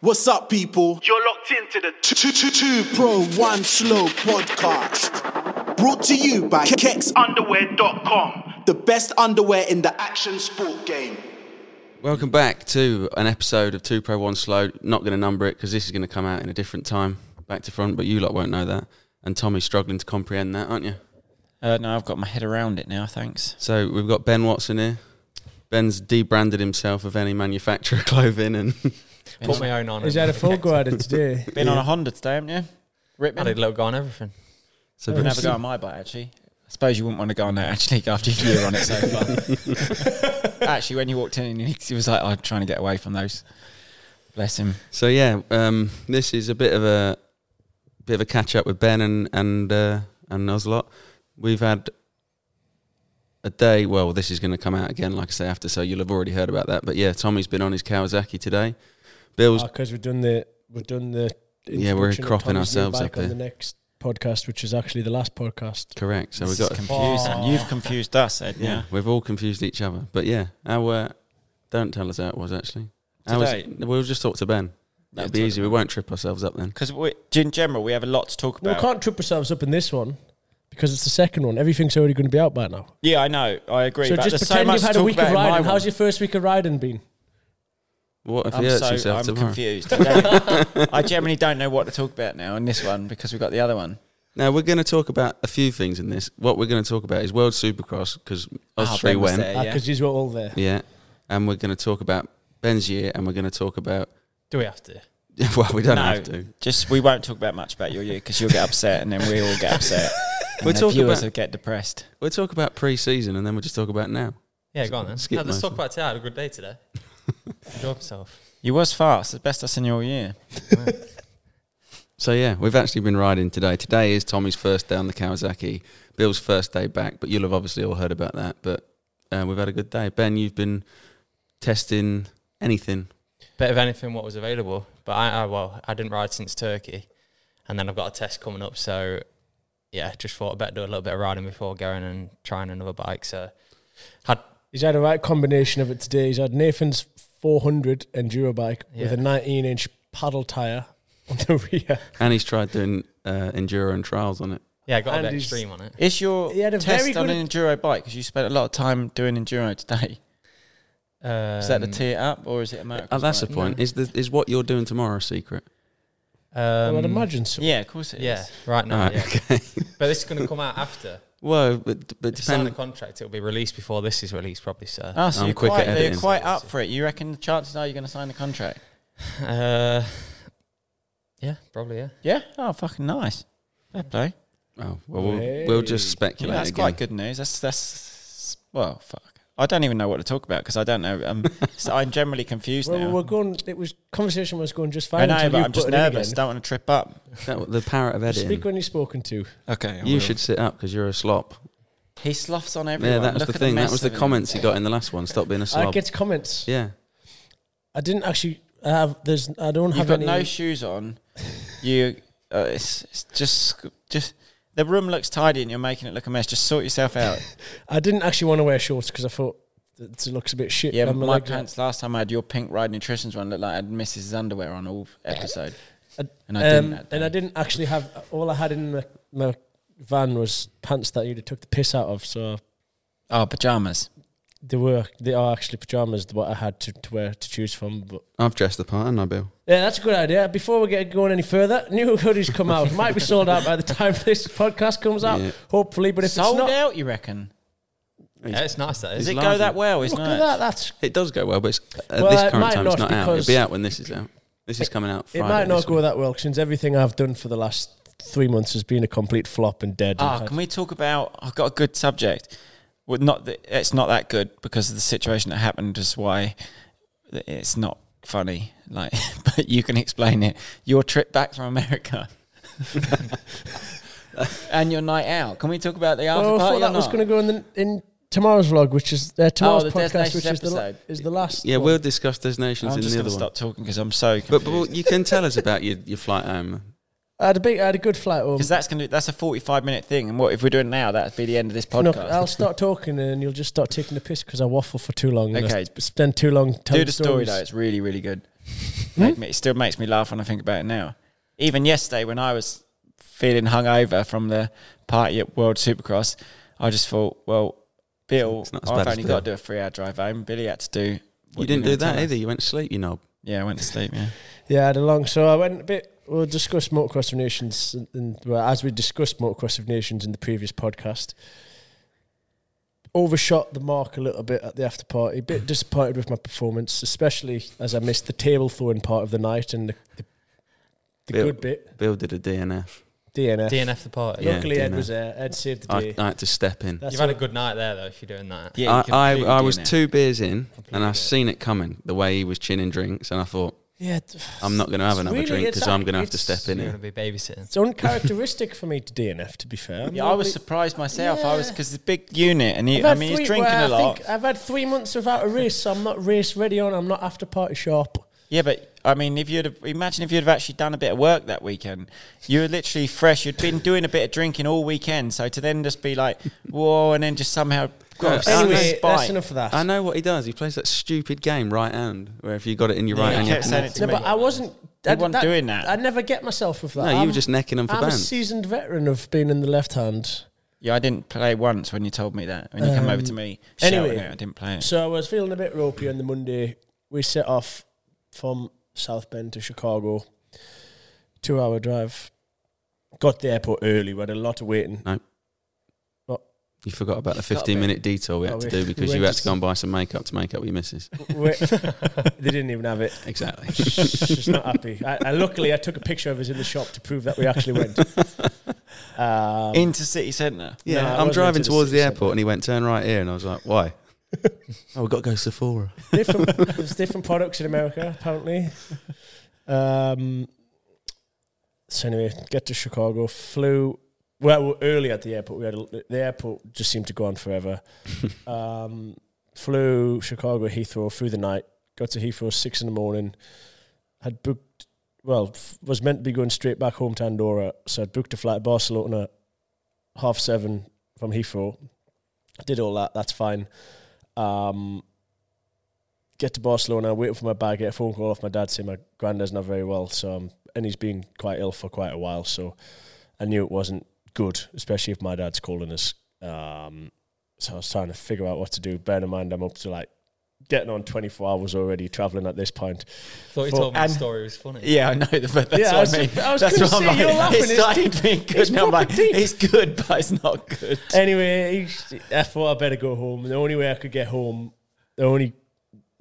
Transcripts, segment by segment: What's up, people? You're locked into the Two, two, two, two Pro One Slow Podcast. Brought to you by Kex, underwear.com. the best underwear in the action sport game. Welcome back to an episode of Two Pro One Slow. Not going to number it because this is going to come out in a different time, back to front. But you lot won't know that, and Tommy's struggling to comprehend that, aren't you? Uh, no, I've got my head around it now. Thanks. So we've got Ben Watson here. Ben's debranded himself of any manufacturer clothing, and Been, Put on, my own on. Is it. that a full grinder today? been on a Honda today, haven't you? I Ripping. did logo on everything. so I'd have a go on my bike actually. I suppose you wouldn't want to go on that actually after your year on it so far. actually, when you walked in, he was like, "Oh, "I'm trying to get away from those." Bless him. So yeah, um, this is a bit of a bit of a catch up with Ben and and uh, and us lot. We've had a day. Well, this is going to come out again, like I say after, so you'll have already heard about that. But yeah, Tommy's been on his Kawasaki today. Bill's Because Oh, we've done the we've done the Yeah, we're introduction of cropping Tommy's new ourselves bike up on there. the next podcast, which is actually the last podcast. correct. So this we've got is confusing. You've confused us, Ed. yeah, Yeah. we've all confused each other. But yeah, our uh, don't tell us how it was actually. How was- Today? we'll just talk to Ben. That'll be talk easier. We won't trip ourselves up then. Because in general, we have a lot to talk Well, about. we can't trip ourselves up in this one because it's the second one. Everything's already going to be out by now. yeah, I know. I agree. So but just there's so pretend much you've to had a talk week about of in my riding. one. Uh, How's your first week of riding been? What if he hurts I'm so himself I'm tomorrow? confused. I, don't- I generally don't know what to talk about now in this one because we've got the other one. Now we're going to talk about a few things in this. What we're going to talk about is World Supercross because us Ah, three Ben was went, there, yeah. Because you were all there. yeah, and we're going to talk about Ben's year, and we're going to talk about. Do we have to? Well, we don't no, have to. just we won't talk about much about your year because you'll get upset and then we all get upset. We'll we'll the talk viewers about- will get depressed. We'll talk about pre-season, and then we'll just talk about now. Yeah, go on then. Skip No, let's most talk of about today. I had a good day today. Enjoy myself. You was fast, the best I've seen you all year. So yeah, we've actually been riding today. Today is Tommy's first day on the Kawasaki, Bill's first day back, but you'll have obviously all heard about that. But uh, we've had a good day. Ben, you've been testing anything. Bit of anything what was available, but I, I well, I didn't ride since Turkey, and then I've got a test coming up. So yeah, just thought I would better do a little bit of riding before going and trying another bike. So had He's had a right combination of it today. He's had Nathan's 400 enduro bike with Yeah. a 19 inch paddle tire on the rear. And he's tried doing uh, enduro and trials on it. yeah, I got And a bit he's- extreme on it. Is your He had a test very on good- an enduro bike because you spent a lot of time doing enduro today? Is Um, that the tee it up or is it a motocross? Oh, that's the bike? point. Is the, is what you're doing tomorrow a secret? Um, well, I'd imagine so. Yeah, of course it is. Yeah, right now. Alright, yeah. But this is going to come out after. Well, but, but If you sign the depending. contract, it'll be released before this is released, probably. So Oh, so I'm you're quick at quite, you're editing. quite up for it. You reckon the chances are you're going to sign the contract? Uh, yeah, probably yeah. Yeah? Oh, fucking nice. Fair play. Oh, well, we'll, we'll just Hey. speculate. Yeah, that's again. quite good news. That's that's well, fuck. I don't even know what to talk about because I don't know. Um, so I'm generally confused Well, now. we're going. It was conversation was going just fine. I know, until but you I'm put just it in nervous. again. Don't want to trip up. That- the parrot of Speak editing. when you're spoken to. Okay, You should sit up because you're a slop. He sloughs on everyone. Yeah, that was Look the at thing. that mess was the of him. comments he got in the last one. Stop being a I slob. get comments. yeah. I didn't actually have. There's. I don't You've have got any. no shoes on. You, uh, it's, it's just just the room looks tidy and you're making it look a mess. Just sort yourself out. I didn't actually want to wear shorts because I thought it looks a bit shit. yeah, on my legs. pants last time I had your pink Ride Nutrition's one looked like I had Mrs.'s underwear on all episode, I- and I didn't. Um, that and I day. didn't actually have. All I had in my, my van was pants that you'd have took the piss out of. So Oh, pajamas. they were. They are actually pajamas. What I had to, to wear to choose from, but. I've dressed the part, and I, Bill? Yeah, that's a good idea. Before we get going any further, new hoodies come out. Might be sold out by the time this podcast comes out, Yeah. hopefully. But if Sold it's not, out, you reckon? yeah it's nice that Does is. He's it larger. go that well? Is look nice. at that. That's It does go well, but it's, at Well, this it current might time, it's not not out. It'll because- be out when this is out. This is coming out. It Friday might this not go week. that well since everything I've done for the last three months has been a complete flop and dead. Ah, can we talk about? I've got a good subject. Well, not that it's not that good because of the situation that happened is why it's not funny. Like, but you can explain it. Your trip back from America. and your night out. Can we talk about the after Oh, I party? thought or that was not? Oh, going to go in the, in tomorrow's vlog, which is uh, tomorrow's the podcast, Destinations which is the, la- episode. is the last. Yeah, one. we'll discuss destinations I'm in just the going other to one. stop talking because I'm so But, confused. but well, you can tell us about your, your flight um, home. I had a big, I had a good flight home. because that's going to that's a 45 minute thing, and what if we're doing it now? That'd be the end of this No, podcast. I'll start talking and you'll just start taking the piss because I waffle for too long. and I Okay. sp- spend too long telling Do the story stories. though; it's really, really good. Hmm? Made me- it still makes me laugh when I think about it now. Even yesterday, when I was feeling hungover from the party at World Supercross, I just thought, well, Bill, It's not as I've bad as only got to Bill. do a three-hour drive home. Billy had to do. what you didn't were do gonna that tell either. us. You went to sleep, you know. Yeah, I went to sleep. Yeah, Yeah, I had a long. So I went a bit. We'll discuss motocross of nations, and, and well, as we discussed motocross of nations in the previous podcast, overshot the mark a little bit at the after party. Bit disappointed with my performance, especially as I missed the table throwing part of the night and the the, the Bill- good bit Bill did a DNF. DNF. DNF the party. Yeah, Luckily, Ed DNF. was there. Ed saved the I, day. I had to step in. That's You've had all- a good night there though. If you're doing that, yeah. you I, completely I, I was do now. two beers in and I Completely. seen it coming, the way he was chinning drinks, and I thought, yeah. t- I'm not going to have It's another really- drink it's because like- I'm going to have to it's- step in you're here. gonna be babysitting. It's uncharacteristic for me to DNF. To be fair, Yeah, I was surprised myself. I was because the big unit, and he, I've I had mean, three- he's drinking well, a I lot. think I've had three months without a race, so I'm not race ready on. I'm not after party sharp. Yeah, but I mean, if you'd have, imagine if you'd have actually done a bit of work that weekend, you were literally fresh. You'd been doing a bit of drinking all weekend, so to then just be like, whoa, and then just somehow got Yeah, a Anyway, spike. that's enough of that. I know what he does. He plays that stupid game, right hand, where if you got it in your right Yeah, hand, he you have kept to saying knock it it. to No, me. but I wasn't. I, weren't doing that. I never get myself with that. No, you I'm- were just necking him for I'm a bands. seasoned veteran of being in the left hand. Yeah, I didn't play once when you told me that. When you come over to me, Um, anyway, anyway, I didn't play it. So I was feeling a bit ropey on the Monday. We set off from South Bend to Chicago, two hour drive. Got to the airport early. We had a lot of waiting. You forgot about the Stop 15 it. minute detour we Oh, had to we- do because we you went had to to go and buy some makeup to make up with your missus. Wait- they didn't even have it. Exactly. She's not happy. I, I, luckily, I took a picture of us in the shop to prove that we actually went. Um, Into city centre. Yeah, No, I I'm wasn't driving into the towards the city airport and he went, turn right here. And I was like, why? oh, we've got to go Sephora. different, there's different products in America, apparently. Um, so anyway, get to Chicago, flew. Well, we were early at the airport. We had a, the airport just seemed to go on forever. um, flew Chicago Heathrow through the night. Got to Heathrow six in the morning. Had booked. Well, f- was meant to be going straight back home to Andorra, so I'd booked a flight to Barcelona, half seven from Heathrow. Did all that. That's fine. Um, get to Barcelona, waiting for my bag, get a phone call off my dad saying my granddad's not very well, so um, and he's been quite ill for quite a while, so I knew it wasn't good, especially if my dad's calling us. Um, so I was trying to figure out what to do. Bear in mind, I'm up to like getting on 24 hours already traveling at this point. Thought you For- told me and- the story was funny. Yeah, I know, but that's Yeah, I what was- I mean. I was that's gonna what say, you're laughing, It's it's started being good, and I'm proper like, deep. it's good, but it's not good. Anyway, he- I thought I better go home. The only way I could get home, the only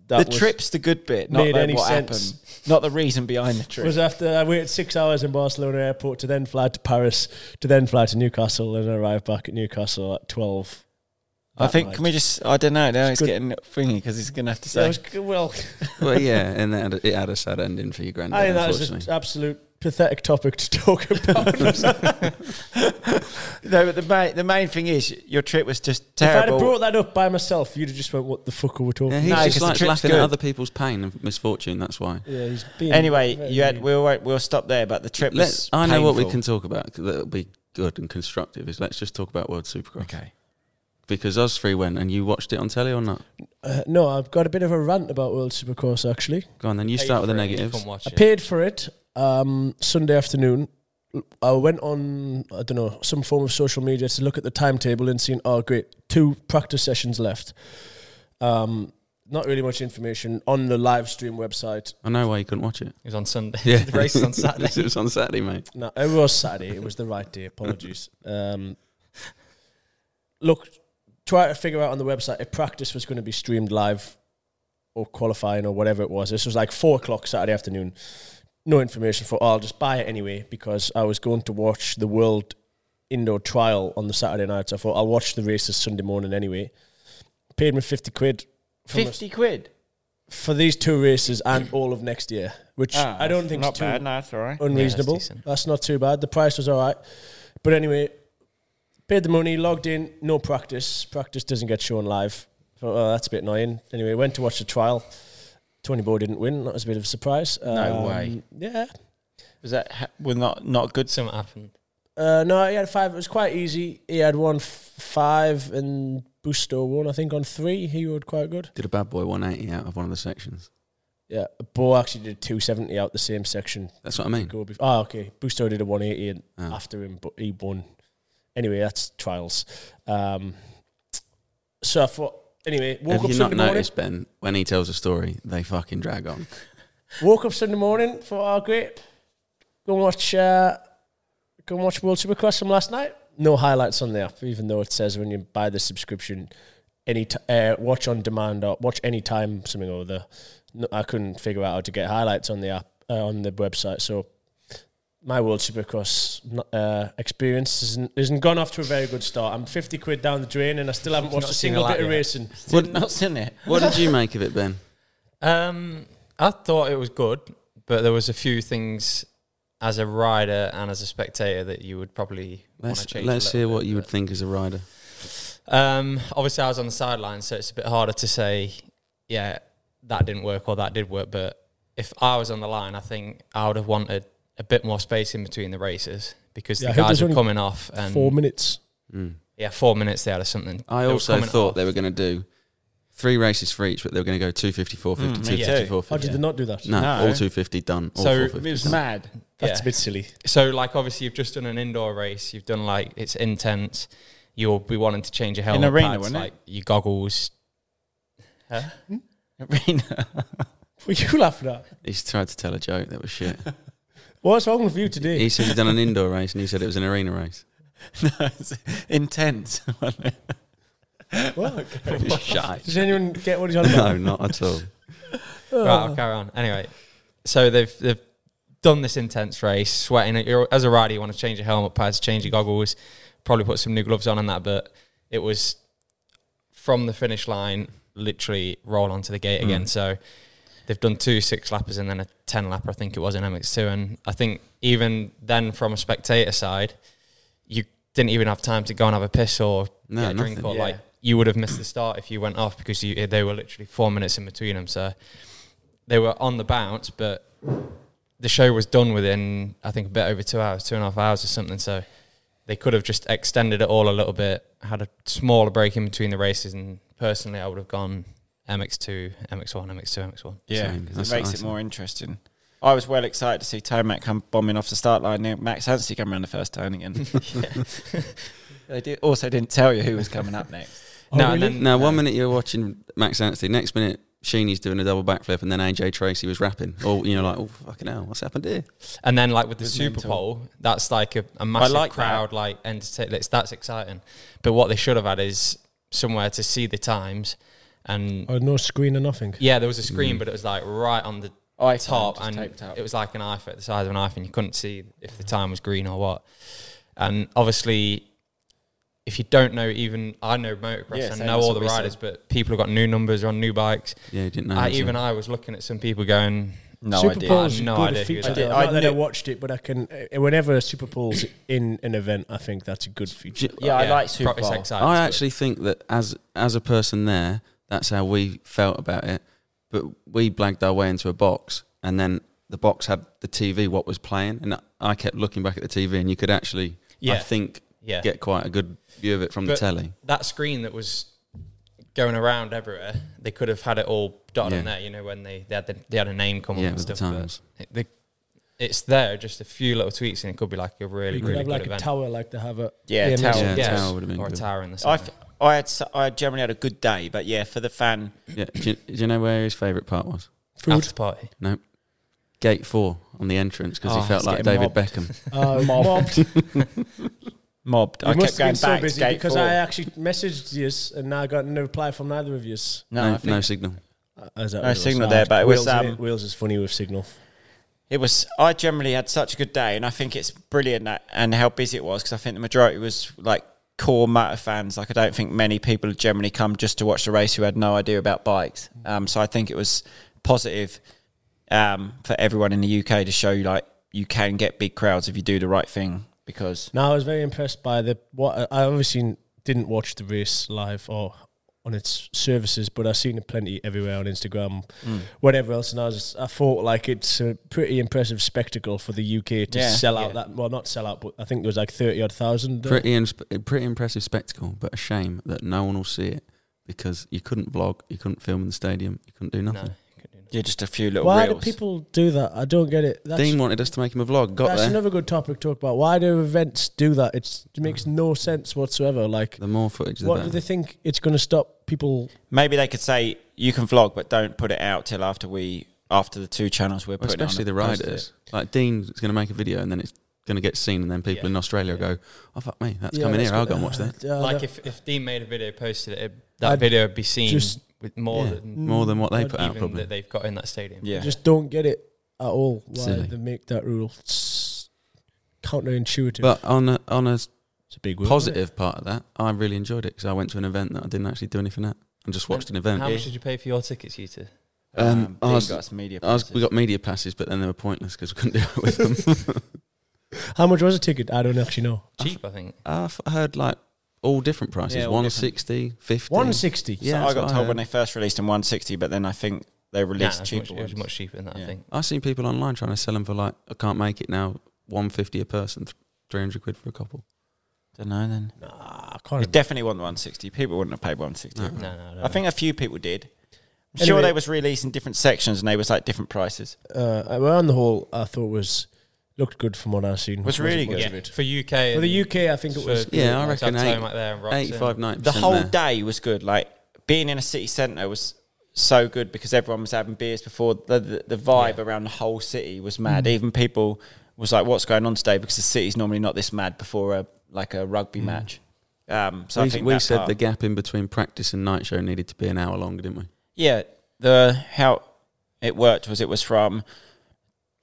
that the was, trip's the good bit, not made the- any what sense. happened, not the reason behind the trip. was after I waited six hours in Barcelona airport to then fly to Paris, to then fly to Newcastle, and arrive back at Newcastle at 12 I that think night. can we just? I don't know. Now It's it's good. getting thingy because he's gonna have to Yeah, say. it was g- well, well, yeah, and that had a- it had a sad ending for your granddad, I think that was unfortunately. an absolute pathetic topic to talk about. no, but the main the main thing is your trip was just if I'd have terrible. brought that up by myself, you'd have just went, "What the fuck are we talking?" yeah, about? he's just No, 'cause the like trip's laughing good. at other people's pain and misfortune. That's why. Yeah, he's being Anyway, very- you had we'll won't- we'll stop there. But the trip Let's. was. I know what we painful. can talk about 'cause that'll be good and constructive. Is let's just talk about World Supercross Okay. because us three went and you watched it on telly or not? Uh, no, I've got a bit of a rant about World Supercross. Actually, Go on, then you Paid start with the for it and you negatives. couldn't watch I it. paid for it um, Sunday afternoon. I went on, I don't know, some form of social media to look at the timetable and seen, oh, great, two practice sessions left. Um, not really much information on the live stream website. I know why you couldn't watch it. It was on Sunday. Yeah, the race is on Saturday. it was on Saturday, mate. No, it was Saturday. It was the right day. Apologies. Um, look, try to figure out on the website if practice was going to be streamed live or qualifying or whatever it was. This was like four o'clock Saturday afternoon. No information for. I'll just buy it anyway because I was going to watch the World Indoor Trial on the Saturday night. So I thought I'll watch the races Sunday morning anyway. Paid me fifty quid. from a- Fifty quid. for these two races and all of next year, which Ah, I don't think not is too bad. No, it's all right. unreasonable. Yeah, that's that's, decent. not too bad. The price was all right. But anyway, paid the money, logged in, no practice. Practice doesn't get shown live. Thought, oh, that's a bit annoying. Anyway, went to watch the trial. Tony Bow didn't win. That was a bit of a surprise. Um, No way. Yeah. Was that ha- well not not good? Something happened. Uh, no, he had five. It was quite easy. He had one f- five and Busto won, I think, on three. He rode quite good. Did a bad boy 180 out of one of the sections. Yeah. Bo actually did 270 out the same section. That's what I mean. go before. Oh, okay. Busto did a 180 and Ah. after him, but he won. Anyway, that's trials. Um, so I thought, anyway, woke Have up you not Sunday morning. noticed, Ben, when he tells a story, they fucking drag on? Woke up Sunday morning, thought, oh, great. Go and watch, uh, go and watch World Supercross from last night. No highlights on the app, even though it says when you buy the subscription, any t- uh, watch on demand or watch any time, something or other. No, I couldn't figure out how to get highlights on the app, uh, on the website. So my World Supercross uh, experience isn't, isn't gone off to a very good start. I'm 50 quid down the drain and I still haven't watched Not a seen a single lap bit of yet. racing. What not seen it? What did you make of it, Ben? Um, I thought it was good, but there was a few things as a rider and as a spectator that you would probably want to Let's, change. let's a hear little what bit, you but- would think as a rider. Um, obviously, I was on the sideline, so it's a bit harder to say, yeah, that didn't work or that did work. But if I was on the line, I think I would have wanted a bit more space in between the races because Yeah, I the heard guys there's were only coming off and Four minutes. yeah, four minutes they had or something. I They were also coming thought off. they were going to do three races for each, but they were going to go 250, 450, Mm, me too. 250, 450. How Oh, did they not do that? No, No. all 250 done. All So, it 450 It was done. mad. That's Yeah. a bit silly. So, like, obviously, you've just done an indoor race. You've done like it's intense. You'll be wanting to change your helmet, arena, pads, wouldn't it? like your goggles. Arena. Were you laughing at? He's tried to tell a joke that was shit. What's wrong with you today? he said he'd done an indoor race and he said it was an arena race. no, it's intense. wasn't it? What? It was shite. Does anyone get what he's on about? No, not at all. Right, I'll carry on. Anyway, so they've they've done this intense race, sweating. You're, as a rider, you want to change your helmet pads, change your goggles, probably put some new gloves on and that. But it was from the finish line, literally roll onto the gate Mm. again. So they've done two six lappers and then a ten lapper, I think it was in MX2. And I think even then, from a spectator side, you didn't even have time to go and have a piss or No, get a drink nothing. or Yeah. like you would have missed the start if you went off because you they were literally four minutes in between them. So they were on the bounce, but the show was done within I think a bit over two hours, two and a half hours or something. So they could have just extended it all a little bit, had a smaller break in between the races, and personally, I would have gone MX2, MX1, MX2, MX1. Yeah, Same. 'cause That's it what makes I it said. more interesting. I was well excited to see Tomac come bombing off the start line. Now Max Anstey come around the first turn again. they did, also didn't tell you who was coming up next. no, and really? then uh, Now, one minute you're watching Max Anstey, next minute Sheeney's doing a double backflip, and then AJ Tracy was rapping. Or you know, like, oh fucking hell, what's happened here? and then like with the It's Super mental. Bowl, that's like a, a massive like that. crowd, like and it's that's exciting. But what they should have had is somewhere to see the times, and Oh, no screen or nothing. yeah, there was a screen, but it was like right on the Mm. iPhone top, just and taped up. it was like an eye for the size of an iPhone. You couldn't see if the time was green or what. And obviously, if you don't know, even I know motocross, Yeah, and same, know that's all what the we said. riders, but people have got new numbers on new bikes. Yeah, you didn't know. I, so- even I was looking at some people going, No Super idea. Bowl's I had no good idea who feature. that was. though. I Not that I knew- watched it, but I can. Uh, whenever Super Bowl's in an event, I think that's a good feature. yeah, I like pro- Super it's Bowl. exciting, I it's good. actually think that as as a person there, that's how we felt about it. But we blagged our way into a box, and then the box had the TV what was playing, and I kept looking back at the TV, and you could actually, I Yeah. think, Yeah. get quite a good view of it from the But telly. that screen that was going around everywhere, they could have had it all dotted on Yeah. there. You know, when they they had, the, they had a name come Yeah, up and with the stuff. but times. it- they- it's there, just a few little tweaks, and it could be like a really, You could really have good like a event. tower, like they have at E Yeah, AMS. tower. Yeah, yeah, tower would have been or good. a tower in the I, summer. f- I had s- I generally had a good day, but yeah, for the fan, Yeah. Do you, do you know where his favourite part was? After party. No. Gate four on the entrance because Oh, he felt he's like getting David Beckham. Uh, mobbed. You mobbed. I kept must going have been so back to busy gate because four. I uh, actually messaged yous and I got no reply from neither of yous. No, no, I no, think signal. As that No was. signal Ah, there, but it was, Wales, isn't um, it? Wales is funny with signal. It was. I generally had such a good day, and I think it's brilliant that, and how busy it was because I think the majority was like core motor fans. Like I don't think many people generally come just to watch the race who had no idea about bikes. Um, so I think it was positive um, for everyone in the UK to show you like you can get big crowds if you do the right thing. Because No, I was very impressed by the what I obviously didn't watch the race live or on its services, but I've seen it plenty everywhere on Instagram, Hmm. whatever else. And I was, I thought like it's a pretty impressive spectacle for the UK to Yeah, sell out yeah. that. Well, not sell out, but I think there was like thirty odd thousand. there. Pretty, insp- pretty impressive spectacle, but a shame that no one will see it because you couldn't vlog, you couldn't film in the stadium, you couldn't do No, nothing. couldn't do nothing. you're just a few little Why reels. do people do that? I don't get it. That's, Dean wanted us to make him a vlog. Got that's there. another good topic to talk about. Why do events do that? It's, it makes no sense whatsoever. Like, the more footage, the what do better. they think it's going to stop people? Maybe they could say you can vlog, but don't put it out till after we after the two channels we're Well, putting. it on especially the and posted riders. Like Dean's going to make a video and then it's going to get seen, and then people Yeah. in Australia go, "Oh fuck me, that's Yeah, coming that's here. I'll good. go and watch that." Uh, like that- if, if Dean made a video, posted it, it- that I'd video would be seen just- with more Yeah, than more than what they I'd put out, even probably. that they've got in that stadium. Yeah, I just don't get it at all why Silly. they make that rule. It's counterintuitive. But on a, on a it's a big word. positive part of that, I really enjoyed it because I went to an event that I didn't actually do anything at. I just watched an event. How much did you pay for your tickets, you two? Um, Dean ours- got some media. I was, we passes. got media passes, but then they were pointless because we couldn't do it with them. How much was a ticket? I don't actually know. Cheap, I think. I've heard like all different prices: Yeah, all different. 160, 50. One sixty. Yeah, so I that's got what I told when heard. they first released in 160, but then I think they Nah, released it was cheaper much, it was ones. much cheaper than that, Yeah. I think. I've seen people online trying to sell them for like, I can't make it now. 150 a person, th- 300 quid for a couple. Don't know then. Nah, Ah, I You can't. definitely want the 160. People wouldn't have paid 160. No. No, no, no. I think a few people did. I'm sure Anyway. they was releasing different sections and they was like different prices. Uh, well, on the whole, I thought was looked good from what I've seen. Was really much good. of it. for UK. For the UK, I think it was. Yeah, I reckon eight- like there and Wroxham. 85, 90. The whole day was good. Like being in a city centre was so good because everyone was having beers before. The the, the vibe around the whole city was mad. Even people was like, "What's going on today?" Because the city's normally not this mad before a like a rugby match. Um, so I we think we that said part- the gap in between practice and night show needed to be an hour longer, didn't we? Yeah, the how it worked was it was from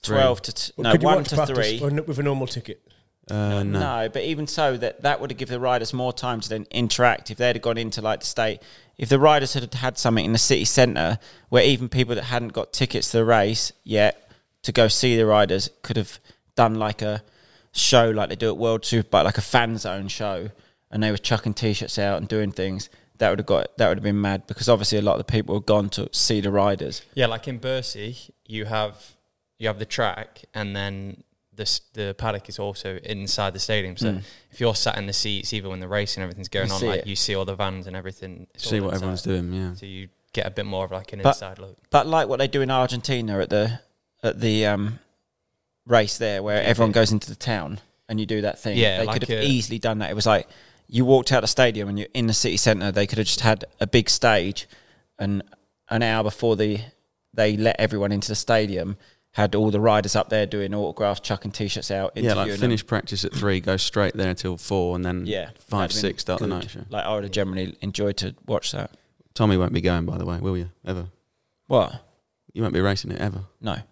twelve to t- Well, no could you one watch to practice three. for n- with a normal ticket? Uh, no. No, but even so, that that would have given the riders more time to then interact. If they'd have gone into like the state, if the riders had had something in the city centre where even people that hadn't got tickets to the race yet to go see the riders could have done like a show like they do at World Superbike, like a fan zone show, and they were chucking t-shirts out and doing things. That would have got that would have been mad because obviously a lot of the people had gone to see the riders. Yeah, like in Bercy, you have you have the track, and then the s- the paddock is also inside the stadium. Hmm. So if you're sat in the seats, even when the race and everything's going You on, see like it. you see all the vans and everything. it's See all what everyone's inside. doing, yeah. So you get a bit more of like an But- inside look. But like what they do in Argentina at the at the um, race there, where everyone goes into the town and you do that thing. Yeah, they like could have a- easily done that. It was like you walked out the stadium and you're in the city centre. They could have just had a big stage, and an hour before the they let everyone into the stadium, had all the riders up there doing autographs, chucking t-shirts out. Yeah, like interviewing them. finish practice at three, go straight there till four, and then Yeah, five, that'd have been six, start the good. night show. Like I would have generally enjoyed to watch that. Tommy won't be going, by the way, will you? Ever? What? You won't be racing it ever. No, Do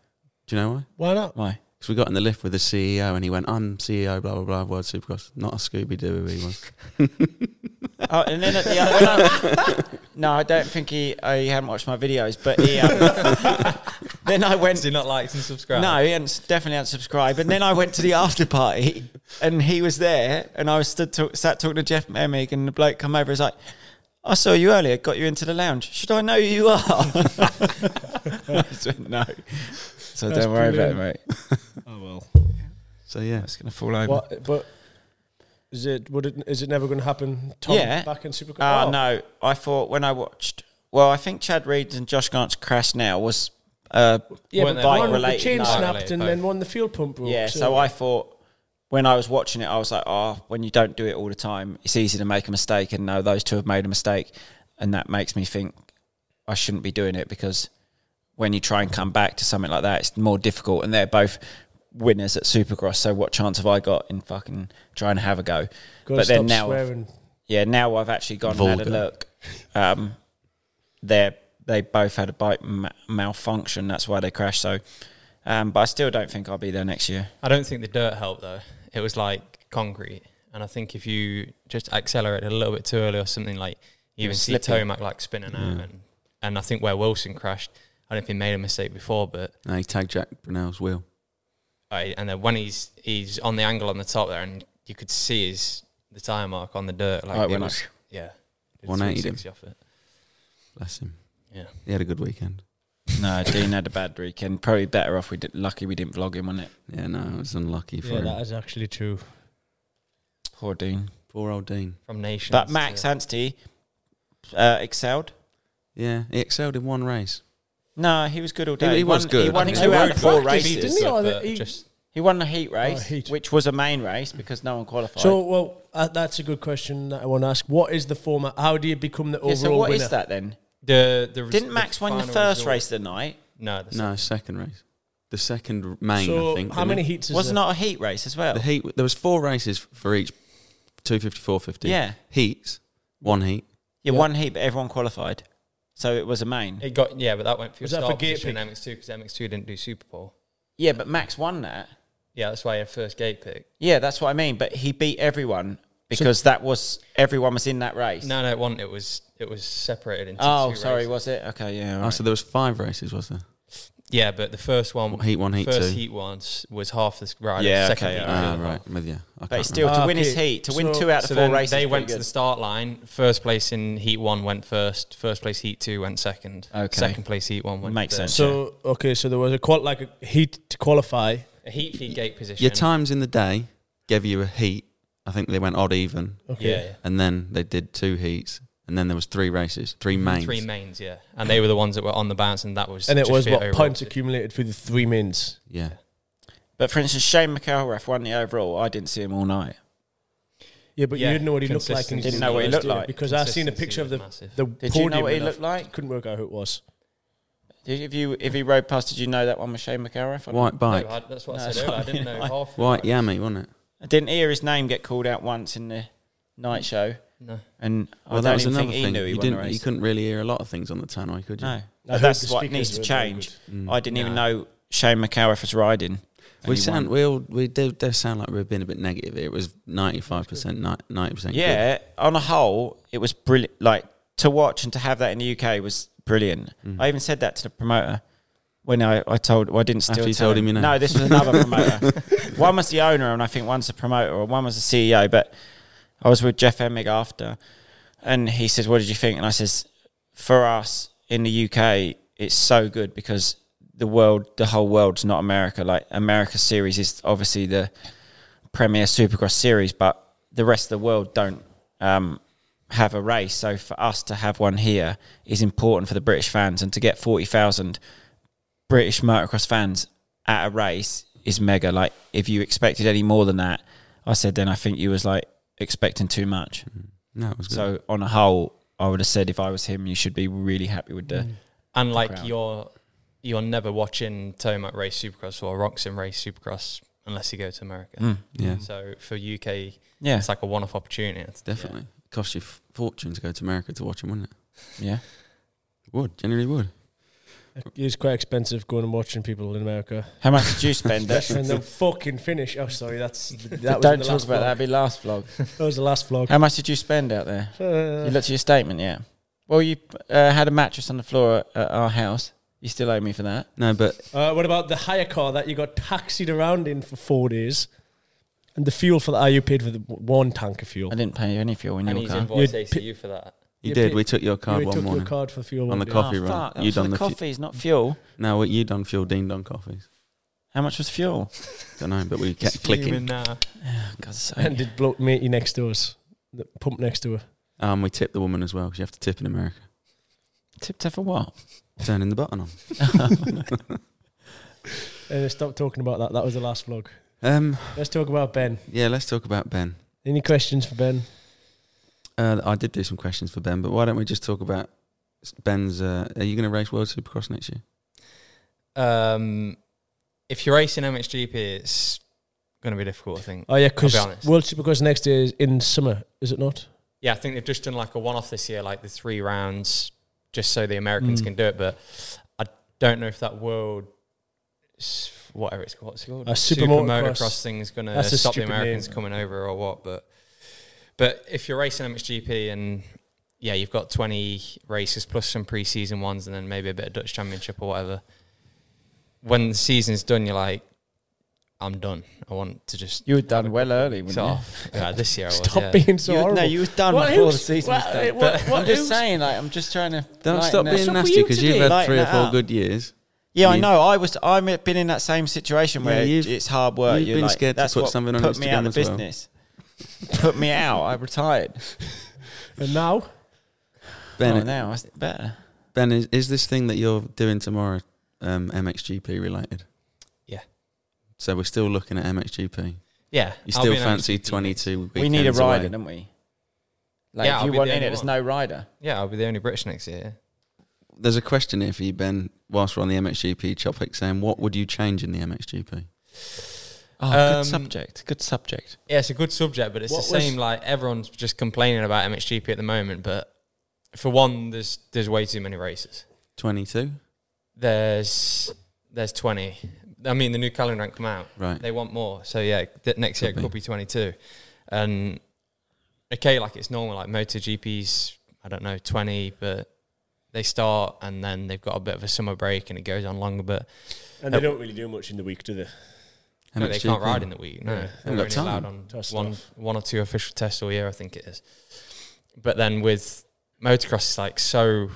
you know why? Why not? why? Because we got in the lift with the CEO, and he went, "I'm CEO, blah blah blah, World Supercross." Not a Scooby Doo, he was. Oh, and then at the other one, no, I don't think he. Uh, he hadn't watched my videos, but he. Um, then I went. Do not like and subscribe. No, he hadn't, definitely hadn't subscribed. And then I went to the after party, and he was there, and I was stood talk, sat talking to Jeff Merrick, and the bloke come over. He's like, "I saw you earlier. Got you into the lounge. Should I know who you are?" I just went, "No." So That's don't worry brilliant. about it, mate. So yeah, It's gonna fall over. What? But is it? Would it? Is it never going to happen? Tom Yeah. back in Oh. Supercar. Ah, no. I thought when I watched. Well, I think Chad Reed and Josh Grant's crash now was uh, Yeah, Weren't but they? one, bike the related. chain no. snapped Related, and both. then one the fuel pump broke. Yeah, so I thought when I was watching it, I was like, oh, when you don't do it all the time, it's easy to make a mistake. And no, those two have made a mistake. And that makes me think I shouldn't be doing it because when you try and come back to something like that, it's more difficult. And they're both winners at Supercross. So what chance have I got in fucking trying to have a go? Gotta but then stop now, I've- swearing. yeah, now I've actually gone and had a Vulgar. look. Um, they they both had a bike ma- malfunction. That's why they crashed. So, um, but I still don't think I'll be there next year. I don't think the dirt helped though. It was like concrete, And I think if you just accelerate a little bit too early or something like, you even was see slipping. Tomac like spinning out, and and I think where Wilson crashed, I don't know if he made a mistake before, but No, he tagged Jack Brunel's wheel. I, and then when he's he's on the angle on the top there, and you could see his the tire mark on the dirt, like Oh, it it went was, up. yeah, Did 180 him. 360 off it. Bless him. Yeah. He had a good weekend. No, Dean had a bad weekend. Probably better off we did. Lucky we didn't vlog him on it. Yeah, no, it was unlucky for Yeah, him. that is actually true. Poor Dean. Poor old Dean. from nations. But Max to- Anstey uh, excelled. Yeah, he excelled in one race. No, he was good all He- day. he was won, He good. won I think two he out was of four good. He races. didn't he? but Either- he- just He won the heat race, Oh, heat. which was a main race because no one qualified. So, well, uh, that's a good question that I want to ask. What is the format? How do you become the yeah, overall so what is winner? that then? the, the res- Didn't the Max win the final first result- race of the night? No, the No, second race. The second r- main, so, I think. how didn't many it? heats is Was there? it not a heat race as well? The heat. There was four races for each 250, 450. Yeah. Heats. One heat. yeah, one heat, but everyone qualified. So it was a main. It got yeah, but that went for your Was that start for gate position in MX2 because MX2 didn't do Super Bowl. Yeah, but Max won that. Yeah, that's why your first gate pick. Yeah, that's what I mean. But he beat everyone because that was everyone was in that race. No, no, it wasn't. It was it was separated into. Oh, two sorry, races. was it? Okay, yeah. all Oh, right. so there was five races, was there? Yeah, but the first one, Heat one, heat first two. heat one was half the rider. Yeah, second okay, heat yeah. was Ah, half. right. I'm with you. I But can't still, remember. to Ah, win his okay. heat, to win So- two out of Oh, So four then races, they is went pretty to good. the start line. First place in heat one went first. First place heat two went second. Okay. Second place heat one went. Makes third. sense. So, okay, so there was a qual- like a heat to qualify. A heat feed gate position. Your times in the day gave you a heat. I think they went odd even. Okay. Yeah, yeah. And then they did two heats. And then there was three races, three mains. Three mains, yeah, and they were the ones that were on the bounce, and that was And it just was for what overall. points accumulated through the three mains. Yeah. But for instance, Shane McElrath won the overall. I didn't see him all night. Yeah, but Yeah, you didn't know what he looked like. In consistency Didn't know what he colours, looked did you? like. because I seen a picture of the Consistency was the Did podium. you know what he and I looked like? Couldn't work out who it was. Did- If you if he rode past, did you know that one was Shane McElrath? or not? White bike. No, I, that's what No, I that's said what earlier. I I didn't mean, know like- half. White yummy, wasn't it? I didn't hear his name get called out once in the night show, No. and I Well, that don't was even another think he thing. knew he you, won the didn't, race. you couldn't really hear a lot of things on the tannoy, could you? no, I heard that's the what speakers needs to were very Mm. change. I didn't even know Shane McElrath was riding. and We he sound won. we all we do, do sound like we're being a bit negative. here. It was ninety five percent, ninety percent. yeah. On a whole, it was brilliant. Like to watch and to have that in the UK was brilliant. Mm. I even said that to the promoter. When I, I told, well, I didn't still After you tell told him your name. No, this was another promoter. one was the owner, and I think one's the promoter, or one was the CEO. But I was with Jeff Emig after, and he says, "What did you think?" And I says, "For us in the UK, it's so good because the world, the whole world's not America. Like America series is obviously the premier Supercross series, but the rest of the world don't um, have a race. So for us to have one here is important for the British fans, and to get forty thousand British motocross fans at a race is mega. Like if you expected any more than that, I said then I think you was like expecting too much. no, it was good. So on a whole, I would have said if I was him, you should be really happy with the. And like crowd. you're, you're never watching Tomac race Supercross or Roxon race Supercross unless you go to America. yeah, So for Mm, UK, Yeah, it's like a one-off opportunity. It's- definitely. Cost you f- fortune to go to America to watch him, wouldn't it? yeah. Would generally would. It's quite expensive going and watching people in America. How much did you spend? Especially when that they fucking finish. Oh, sorry, that's that was in Don't the talk last about that. vlog. Be last vlog. That was the last vlog. How much did you spend out there? Uh, You looked at your statement, yeah. Well, you uh, had a mattress on the floor at our house. You still owe me for that. No, but Uh, what about the hire car that you got taxied around in for four days, and the fuel for that? Oh, you paid for the w- one tank of fuel. I didn't pay you any fuel in And your he's car. invoiced You'd ACU for that. you Yeah, did. but We took your card you one took morning your card for fuel on the day. coffee oh, run. fuck, that you was for done the the, fu- coffees, not fuel. no, what you done fuel ding dong coffees. How much was fuel? Don't know, but we kept clicking. now. Oh, God's sake. And did bloke matey next to us, the pump next to her. Um, we tipped the woman as well because you have to tip in America. tipped her for what? Turning the button on. Uh, stop talking about that. That was the last vlog. Um, Let's talk about Ben. yeah, let's talk about Ben. Any questions for Ben? Uh, I did do some questions for Ben, but why don't we just talk about Ben's? Uh, are you going to race World Supercross next year? Um, if you're racing MXGP, it's going to be difficult. I think. Oh yeah, because I'll be honest. World Supercross next year is in summer, is it not? Yeah, I think they've just done like a one-off this year, like the three rounds, just so the Mm. Americans can do it. But I don't know if that world, s- whatever it's called, what's it called, Uh, Super Motocross. thing is going to That's a stop the stupid Americans name. coming over or what. But But if you're racing MXGP and yeah, you've got 20 races plus some pre-season ones, and then maybe a bit of Dutch Championship or whatever. When the season's done, you're like, I'm done. I want to just You were done well early, get weren't you? off. Yeah, this year I was. Stop Oh, yeah. being so You- horrible. no, you were done What before the else- season was what- eh, done. what- But what I'm just else- saying, like, I'm just trying to. Don't lighten stop it. being Stop nasty you because to you've do. had Lighten three or it four up. good years. Yeah, I You- know. I was. I'm been in that same situation where Yeah, it- you've- it's hard work. you've You're been like, scared to that's put what something on put me out Instagram of as well. business. put me out. I retired. And now, Ben, oh, now it's better. Ben, is, is this thing that you're doing tomorrow um, MXGP related? Yeah. So we're still looking at MXGP. Yeah, You I'll still be an fancy MXGP. 22 we need a weekends rider, away. don't we? Like, Yeah, if I'll you be want the in it, only there's one. no rider. Yeah, I'll be the only British next year. There's a question here for you, Ben, whilst we're on the MXGP topic, saying what would you change in the MXGP? Oh, Um, good subject. Good subject. Yeah, it's a good subject, but it's What the was- same. Like everyone's just complaining about MXGP at the moment, but for one, there's there's way too many races. 22? There's there's 20. I mean, the new calendar ain't come out. Right. They want more. So yeah, th- next year it Could could be 22. And okay, like it's normal. Like MotoGP's, I don't know, 20, but they start and then they've got a bit of a summer break and it goes on longer. But and they don't really do much in the week, do they? no, they can't MXGP. ride in the week. No, Yeah. they're got only time. allowed on Test one, stuff. one or two official tests all year, I think it is. But then with motocross, it's like so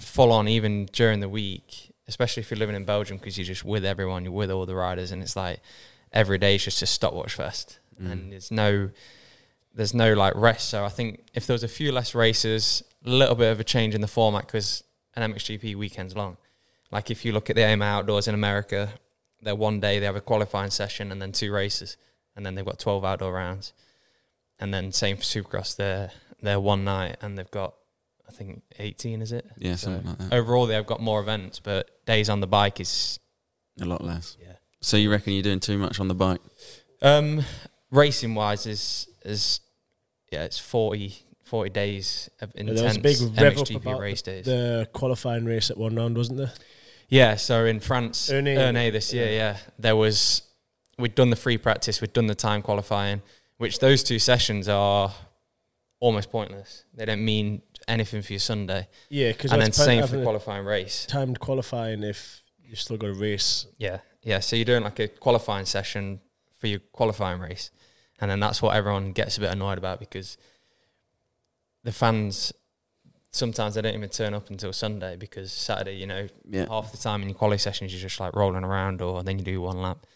full on, even during the week, especially if you're living in Belgium, because you're just with everyone, you're with all the riders, and it's like every day is just a stopwatch fest, Mm. and there's no there's no like rest. So I think if there was a few less races, a little bit of a change in the format because an MXGP weekend's long. Like if you look at the AMA Outdoors in America, they're one day they have a qualifying session and then two races, and then they've got twelve outdoor rounds, and then same for Supercross, they're they're one night and they've got I think eighteen is it? Yeah, So something like that. Overall, they've got more events, but days on the bike is A lot less. Yeah. So you reckon you're doing too much on the bike? Um, racing wise is is yeah, it's 40, 40 days of there was intense a big rev up MXGP about race days. The qualifying race at one round, wasn't there? yeah, so in France, Ernée. Erne, this year, yeah, there was we'd done the free practice, we'd done the time qualifying, which those two sessions are almost pointless. They don't mean anything for your Sunday, Yeah, because and then same for the qualifying race. timed qualifying if you still got to race. Yeah, yeah. So you're doing like a qualifying session for your qualifying race, and then that's what everyone gets a bit annoyed about because the fans sometimes they don't even turn up until Sunday because Saturday, you know, Yeah. half the time in your quality sessions you're just like rolling around, or then you do one lap.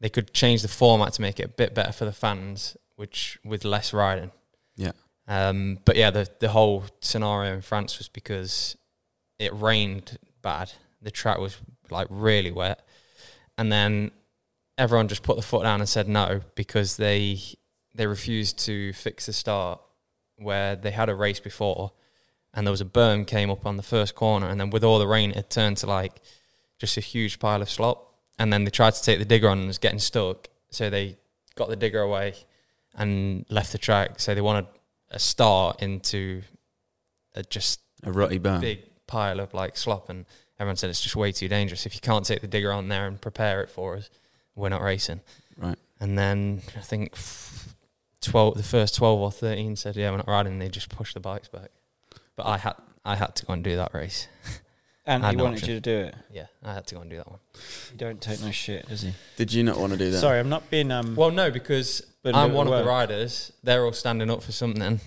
They could change the format to make it a bit better for the fans, which with less riding. Yeah. Um, but yeah, the the whole scenario in France was because it rained bad. The track was like really wet, and then everyone just put the foot down and said no because they they refused to fix the start where they had a race before, and there was a berm came up on the first corner, and then with all the rain, it turned to like just a huge pile of slop. And then they tried to take the digger on and was getting stuck, so they got the digger away and left the track. So they wanted a start into a just A rutty bar. big pile of like slop, and everyone said it's just way too dangerous. If you can't take the digger on there and prepare it for us, we're not racing. Right. And then I think twelve, the first twelve or thirteen said, "Yeah, we're not riding." And they just pushed the bikes back. But I had I had to go and do that race. And I he had no wanted option. you to do it. Yeah, I had to go and do that one. He don't take no shit, does he? Did you not want to do that? Sorry, I'm not being um. Well, no, because But I'm it one of worked. the riders. They're all standing up for something,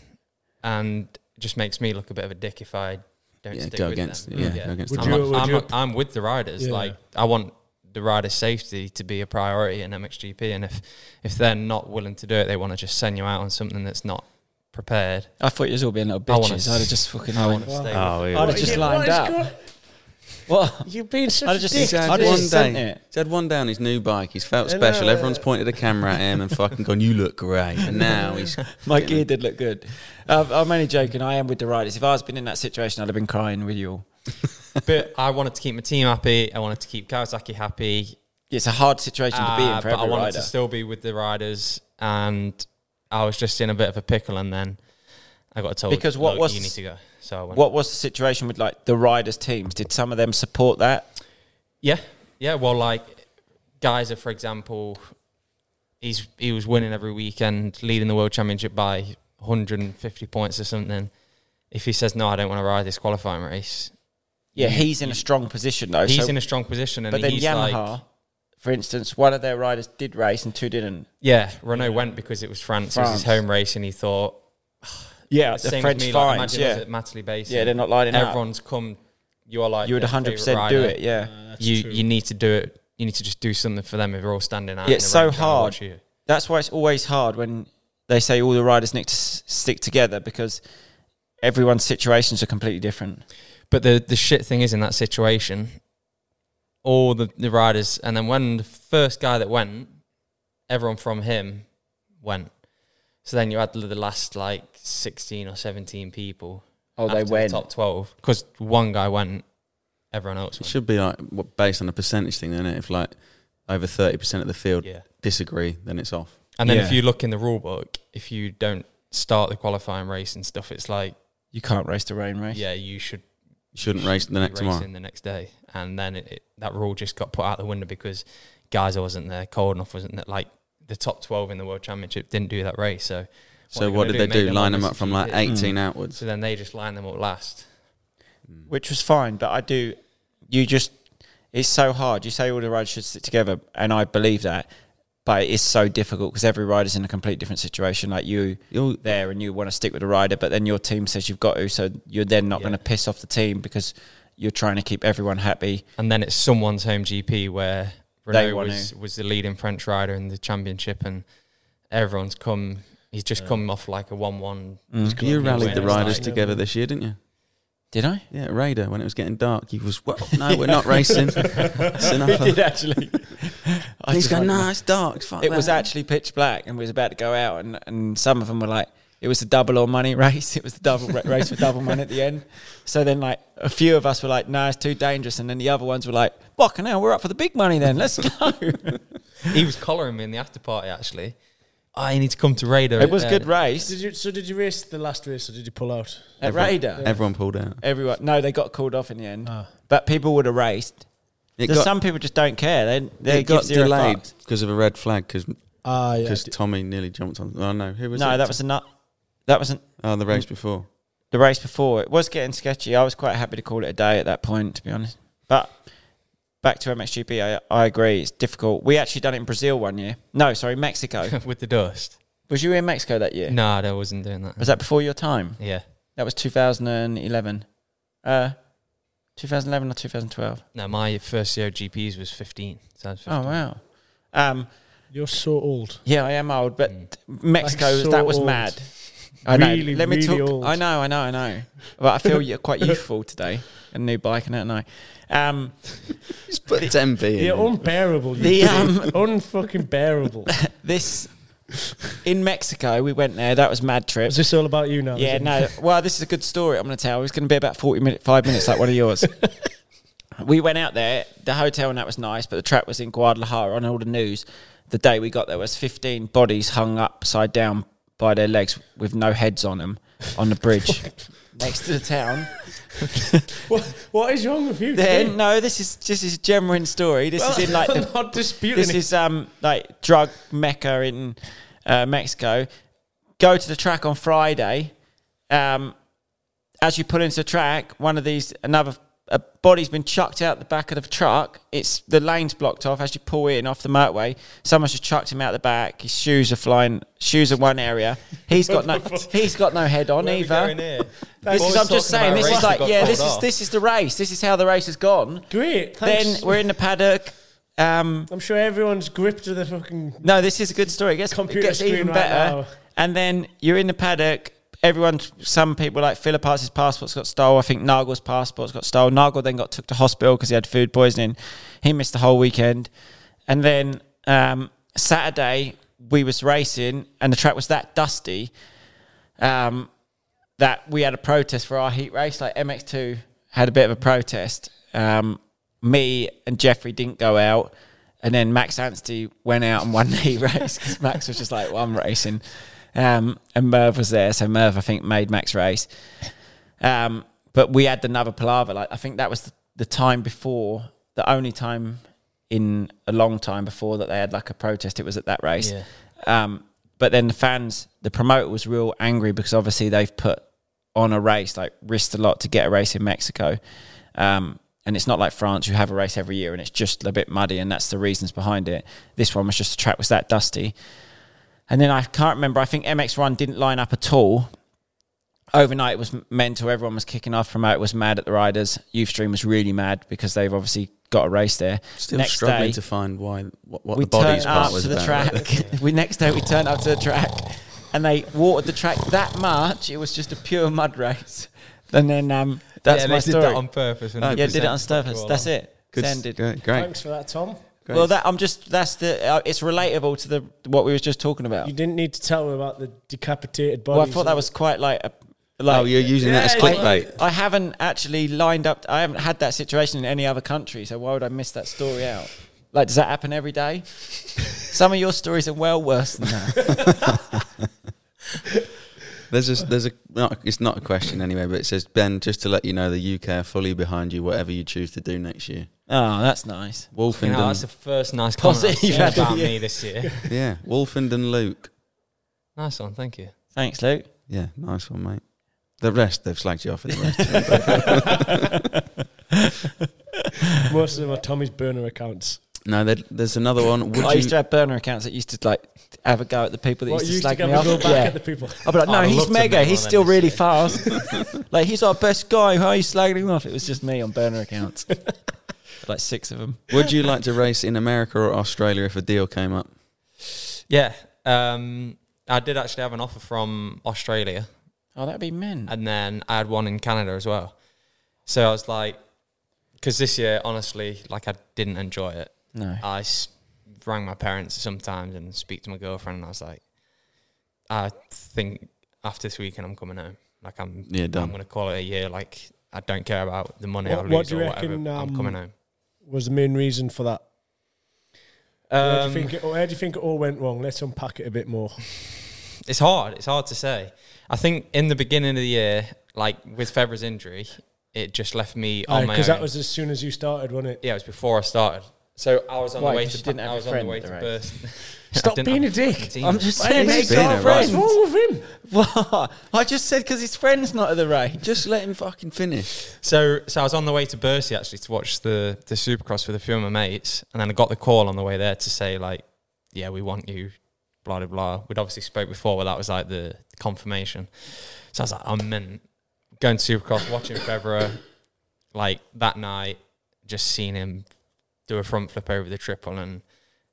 and it just makes me look a bit of a dick if I don't Yeah, stick go with against. them. Yeah, go against. Would the I'm, you- bike. not- would I'm, you- not- I'm with the riders. Yeah. Like I want the rider's safety to be a priority in MXGP, and if if they're not willing to do it, they want to just send you out on something that's not prepared. I thought you was all being little I wanna bitches. I'd have just fucking. I I want to stay. Oh, yeah. I'd have What just is- what lined is up. go- What? You've been such I'd a have just dick. He's had, I'd have one just sent day, it. he's had one down his new bike. He's felt I know, special. uh, Everyone's pointed a camera at him and fucking gone, "You look great." And now he's My gear did look good. Um, I'm only joking. I am with the riders. If I was been in that situation, I'd have been crying with you all. But I wanted to keep my team happy. I wanted to keep Kawasaki happy. It's a hard situation to be in Uh, for but I every wanted rider. to still be with the riders, and I was just in a bit of a pickle, and then I got told Because what "Look, was- you need to go. So I went. What was the situation with like the riders' teams? Did some of them support that? Yeah, yeah. Well, like guys, for example, he's he was winning every weekend, leading the world championship by 150 points or something, if he says no, I don't want to ride this qualifying race, Yeah, he's in a strong position though. Mm. he's so- in a strong position. And but then he's Yamaha, like, for instance, one of their riders did race and two didn't. yeah, Renault went because it was France, it was his France. home race, and he thought Yeah, the same French as me, like, fines. imagine I was yeah, at Matley Basin. yeah, they're not lining up. Everyone's come. You're like You would their 100 favourite percent do rider. Uh, it. Yeah, you you need to do it. You need to just do something for them if you're all standing out. Yeah, in it's the so rain trying to hard. watch you. that's why it's always hard when they say all the riders need to s- stick together because everyone's situations are completely different. But the the shit thing is in that situation, all the, the riders, and then when the first guy that went, everyone from him went. So then you had the last like sixteen or seventeen people. Oh, they after the went. top twelve because one guy went, everyone else It went. should be like what, based on a percentage thing, isn't it? If like over thirty percent of the field Yeah. disagree, then it's off. And then Yeah. if you look in the rule book, if you don't start the qualifying race and stuff, it's like You can't race the rain race. yeah, you should You shouldn't race the be next tomorrow. racing the next day, and then it, it, that rule just got put out the window because Geyser wasn't there, Koldenoff wasn't there. Like the top twelve in the World Championship didn't do that race, so So are what gonna did they Make do? Line them honest up from like GP. eighteen outwards. So then they just line them up last. which was fine. But I do, you just, it's so hard. You say all the riders should sit together, and I believe that, but it is so difficult because every rider's in a completely different situation. Like you, You're- you're there and you want to stick with the rider, but then your team says you've got to, so you're then not going to piss off the team because you're trying to keep everyone happy. And then it's someone's home GP where They Renault won eh? was, was the leading French rider in the championship, and everyone's come. He's just come off like a one-one. You rallied the Whereas, riders like, together this year, didn't you? Did I? Yeah, Raider. When it was getting dark, he was, well, no, we're not racing. it's enough. actually. I He's just going, like- no, it's dark. Fuck It was that." actually pitch black, and we was about to go out, and, and some of them were like, it was a double or money race. It was the double ra- race for double money at the end. So then, like a few of us were like, "No, it's too dangerous," and then the other ones were like, "Fucking hell, we're up for the big money then. Let's go." he was collaring me in the after party. Actually, I need to come to Raider. it was a uh, good Did race you, so did you race the last race or did you pull out? at Raider. Everyone pulled out. Everyone, no, they got called off in the end, but people would have raced. It There's got, some people just don't care. They they it got give zero delayed fucks. because of a red flag because Ah, yeah. Tommy nearly jumped on. Oh, no. Who was No, it? that was a nut. That wasn't Oh, the race before. the race before, it was getting sketchy. I was quite happy to call it a day at that point, to be honest. But back to MXGP, I, I agree. It's difficult. We actually done it in Brazil one year. No, sorry, Mexico. with the dust. was you in Mexico that year? No, I wasn't doing that. Was that before your time? Yeah, That was 2011. Uh, 2011 or 2012? no, my first year of GPs was fifteen. So I was 15. Oh, wow. Um, You're so old. yeah, I am old, but Mexico, Mm. Like so that was old. mad. I know. Really, Let me really talk. old. I know, I know, I know. But I feel you're quite youthful today. A new bike and that, no. Um, Just put 10 B in. You're unbearable. You The, the um, unfucking bearable. this in Mexico. We went there. That was mad trip. Is this all about you now? yeah, is it? no. Well, this is a good story. I'm going to tell. It's going to be about forty minutes, five minutes, like one of yours. we went out there. The hotel and that was nice, but the track was in Guadalajara. On all the news, the day we got there was 15 bodies hung upside down by their legs with no heads on them on the bridge next to the town. What, what is wrong with you? Then Tim? no, this is this is a genuine story. This is in like I'm the not disputing this it. is um like drug mecca in uh, Mexico. Go to the track on Friday. Um, as you pull into the track, one of these another a body's been chucked out the back of the truck. It's the lane's blocked off. As you pull in off the motorway, someone's just chucked him out the back. His shoes are flying. Shoes are one area. He's got no. He's got no head on Where are we going either. here? This Always is, I'm just talking saying. about This race is that like got yeah. called This is off. this is the race. This is how the race has gone. great. Then Thanks. we're in the paddock. Um, I'm sure everyone's gripped to the fucking. No, this is a good story. It gets, it Computer gets screen even right better. now. And then you're in the paddock. Everyone, some people like Philip Hart's passport's got stolen. I think Nagel's passport's got stolen. Nagel then got took to hospital because he had food poisoning. He missed the whole weekend. And then um, Saturday we was racing, and the track was that dusty um, that we had a protest for our heat race. Like MX2 had a bit of a protest. Um, me and Jeffrey didn't go out, and then Max Anstey went out and won the heat race 'cause Max was just like, "Well, I'm racing," um, and Merv was there. So Merv, I think, made Max race. Um, but we had another palaver. Like I think that was the, the time before, the only time in a long time before that they had like a protest. It was at that race. Yeah. Um, But then the fans, the promoter was real angry because obviously they've put on a race, like risked a lot to get a race in Mexico. Um, and it's not like France, you have a race every year and it's just a bit muddy, and that's the reasons behind it. This one was just the track was that dusty. And then I can't remember, I think MX1 didn't line up at all. Overnight it was mental, everyone was kicking off. Promoter was mad at the riders. Ustream was really mad because they've obviously got a race there. Still Next struggling day, to find why what, what we the body's turned part up was to the about. track. we next day we turned up to the track, and they watered the track that much. It was just a pure mud race. And then um, that's yeah, my they story. did that on purpose. Oh, yeah, did it on purpose. Well, That's it. Good, Send it. great, great. Thanks for that, Tom. Well, that I'm just that's the uh, it's relatable to the what we was just talking about. You didn't need to tell me about the decapitated body. Well, I thought that was quite like a like. Oh, you're using that as Yeah, clickbait. I haven't actually lined up. I haven't had that situation in any other country. So why would I miss that story out? Like, does that happen every day? Some of your stories are well worse than that. There's a, there's a not, it's not a question anyway, but it says Ben, just to let you know, the UK are fully behind you, whatever you choose to do next year. Oh, that's nice. You know, that's Wolfenden, the first nice comment I've Positive seen about attitude. me this year. yeah, Wolfenden Luke, nice one, thank you. Thanks, Luke. yeah, nice one, mate. The rest they've slagged you off. In the rest. most of them are Tommy's burner accounts. no, there- there's another one. Would I you, used to have burner accounts that used to like have a go at the people that What used to you used to slag go me off. go back Yeah. at the people? I'd be like, no, Oh, I'd he's love to mega. make He's one of still them really this fast. like he's our best guy. How are you slagging him off? It was just me on burner accounts. like six of them. would you like to race in America or Australia if a deal came up? Yeah, um, I did actually have an offer from Australia, Oh, that'd be men. and then I had one in Canada as well. So I was like, because this year, honestly, like I didn't enjoy it. no. I s- rang my parents sometimes and speak to my girlfriend, and I was like, I think after this weekend I'm coming home. Like I'm, Yeah, done. I'm going to call it a year. Like I don't care about the money What- I'll what lose do you or whatever. reckon, I'm um, coming home. Was the main reason for that? Where, do you Um, think it, where do you think it all went wrong? Let's unpack it a bit more. it's hard. It's hard to say. I think in the beginning of the year, like with Februer's injury, it just left me on my own. Because Oh, that was as soon as you started, wasn't it? yeah, Oh, it was before I started. So I was on Why? the way 'Cause to you didn't have I a was on the friend way at to the race. burst. I Stop didn't being a have dick. team. I'm just Why did saying, you he's being our there, right? What's friend. wrong with him? What? I just said because his friend's not at the race. Just let him fucking finish. So, so I was on the way to Bercy actually to watch the the Supercross with a few of my mates, and then I got the call on the way there to say like, yeah, we want you, blah blah blah. We'd obviously spoke before, but that was like the confirmation. So I was like, I'm in, going to Supercross, watching February, like that night, just seeing him do a front flip over the triple, and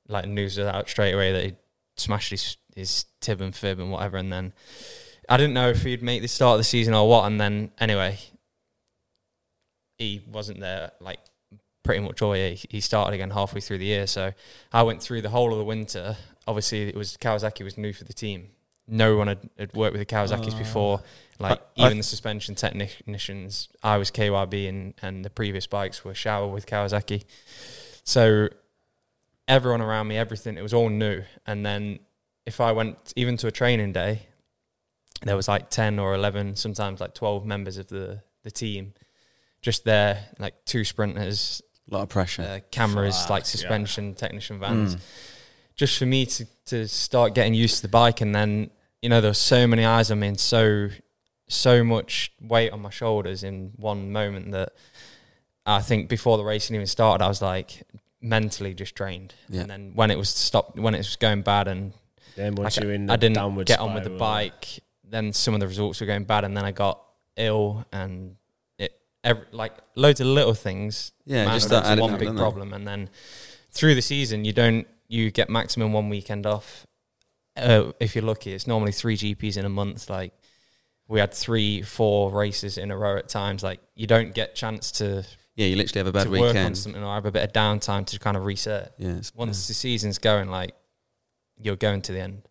like news was out straight away that he smashed his his tib and fib and whatever, and then. I didn't know if he'd make the start of the season or what, and then anyway, he wasn't there like pretty much all year. He- He started again halfway through the year. So I went through the whole of the winter. Obviously, it was Kawasaki was new for the team. No one had, had worked with the Kawasaki's before. Like Oh. I- I- even the suspension technicians, I was KYB, and and the previous bikes were shower with Kawasaki. So everyone around me, everything, it was all new. And then if I went even to a training day, there was like ten or eleven, sometimes like twelve members of the the team just there, like two sprinters, A lot of pressure. uh, cameras, like suspension technician vans. Just for me to, to start getting used to the bike, and then you know there were so many eyes on me, and so so much weight on my shoulders in one moment that I think before the racing even started, I was like mentally just drained. Yeah. And then when it was stopped, when it was going bad, and Then once like, you're in, I the didn't downward get on with the spiral. bike. Then some of the results were going bad, and then I got ill, and it ev like loads of little things. Yeah, mounted just start up to adding one up, big don't they? problem, and then through the season, you don't you get maximum one weekend off. Uh, if you're lucky, it's normally three GPS in a month. Like we had three, four races in a row at times. Like you don't get chance to yeah, you literally have a bad to work on weekend. something or have a bit of downtime to kind of reset. Yeah, it's- Once the season's going, like you're going to the end.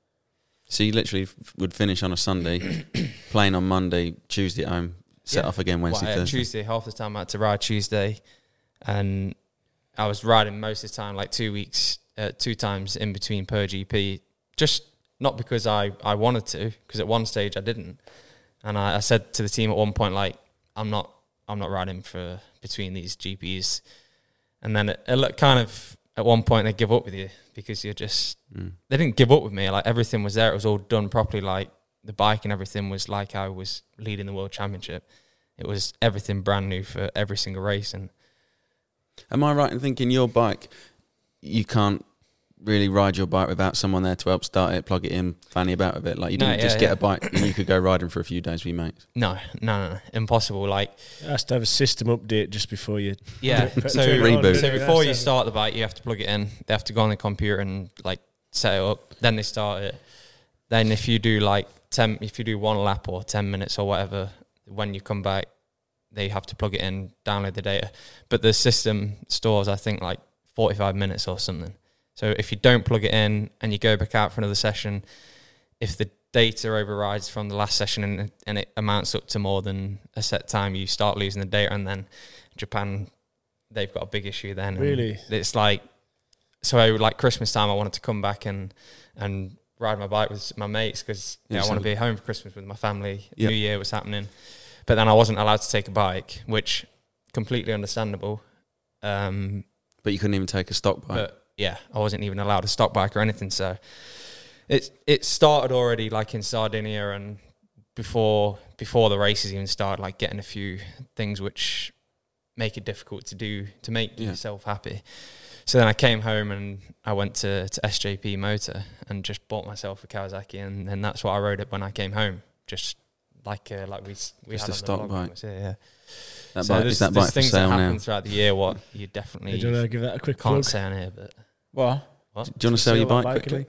So you literally f- would finish on a Sunday, playing on Monday, Tuesday at home, set Yeah. off again Wednesday, Well, yeah, Thursday. Tuesday, half the time I had to ride Tuesday, and I was riding most of the time, like two weeks, uh, two times in between per GP, just not because I, I wanted to, because at one stage I didn't, and I, I said to the team at one point, like I'm not I'm not riding for between these GPs, and then it, it looked kind of at one point they give up with you because you're just they didn't give up with me. Like everything was there, it was all done properly. Like the bike and everything was like I was leading the world championship. It was everything brand new for every single race, and Am I right in thinking your bike, you can't really ride your bike without someone there to help start it, plug it in, fanny about a bit? Like you No, didn't yeah, just get yeah. a bike and you could go riding for a few days with your mates. no, no, no, no impossible. Like Has to have a system update just before you. Yeah. put the so, trigger on, Reboot. don't so you? before you That's it. start the bike, you have to plug it in. They have to go on the computer and like set it up. Then they start it. Then if you do like ten, if you do one lap or ten minutes or whatever, when you come back, they have to plug it in, download the data. But the system stores, I think, like forty-five minutes or something. So if you don't plug it in and you go back out for another session, if the data overrides from the last session and, and it amounts up to more than a set time, you start losing the data, and then Japan they've got a big issue then. and Really? it's like so. Like Christmas time, I wanted to come back and and ride my bike with my mates because yeah, I want to Exactly. be home for Christmas with my family. Yep. New Year was happening, but then I wasn't allowed to take a bike, which completely understandable. Um, But you couldn't even take a stock bike. but yeah, I wasn't even allowed a stock bike or anything. So it it started already like in Sardinia and before before the races even started, like getting a few things which make it difficult to do to make Yeah. yourself happy. So then I came home and I went to, to SJP Motor and just bought myself a Kawasaki and, and that's what I rode it when I came home. Just like uh, like we s- we Just had a on the stock vlog when bike. it was here, yeah. that so bike, there's, is that bike there's for things that sale now? happen throughout the year what you definitely Do you want to give that a quick can't plug? say on here, but What? Do you want to sell your bike quickly?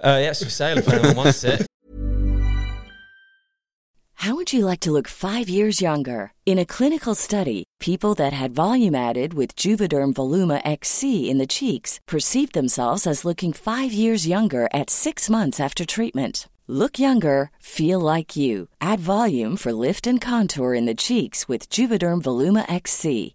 Uh, yeah, it's for sale if anyone wants it. How would you like to look five years younger? In a clinical study, people that had volume added with Juvederm Voluma XC in the cheeks perceived themselves as looking five years younger at six months after treatment. Look younger, feel like you. Add volume for lift and contour in the cheeks with Juvederm Voluma XC.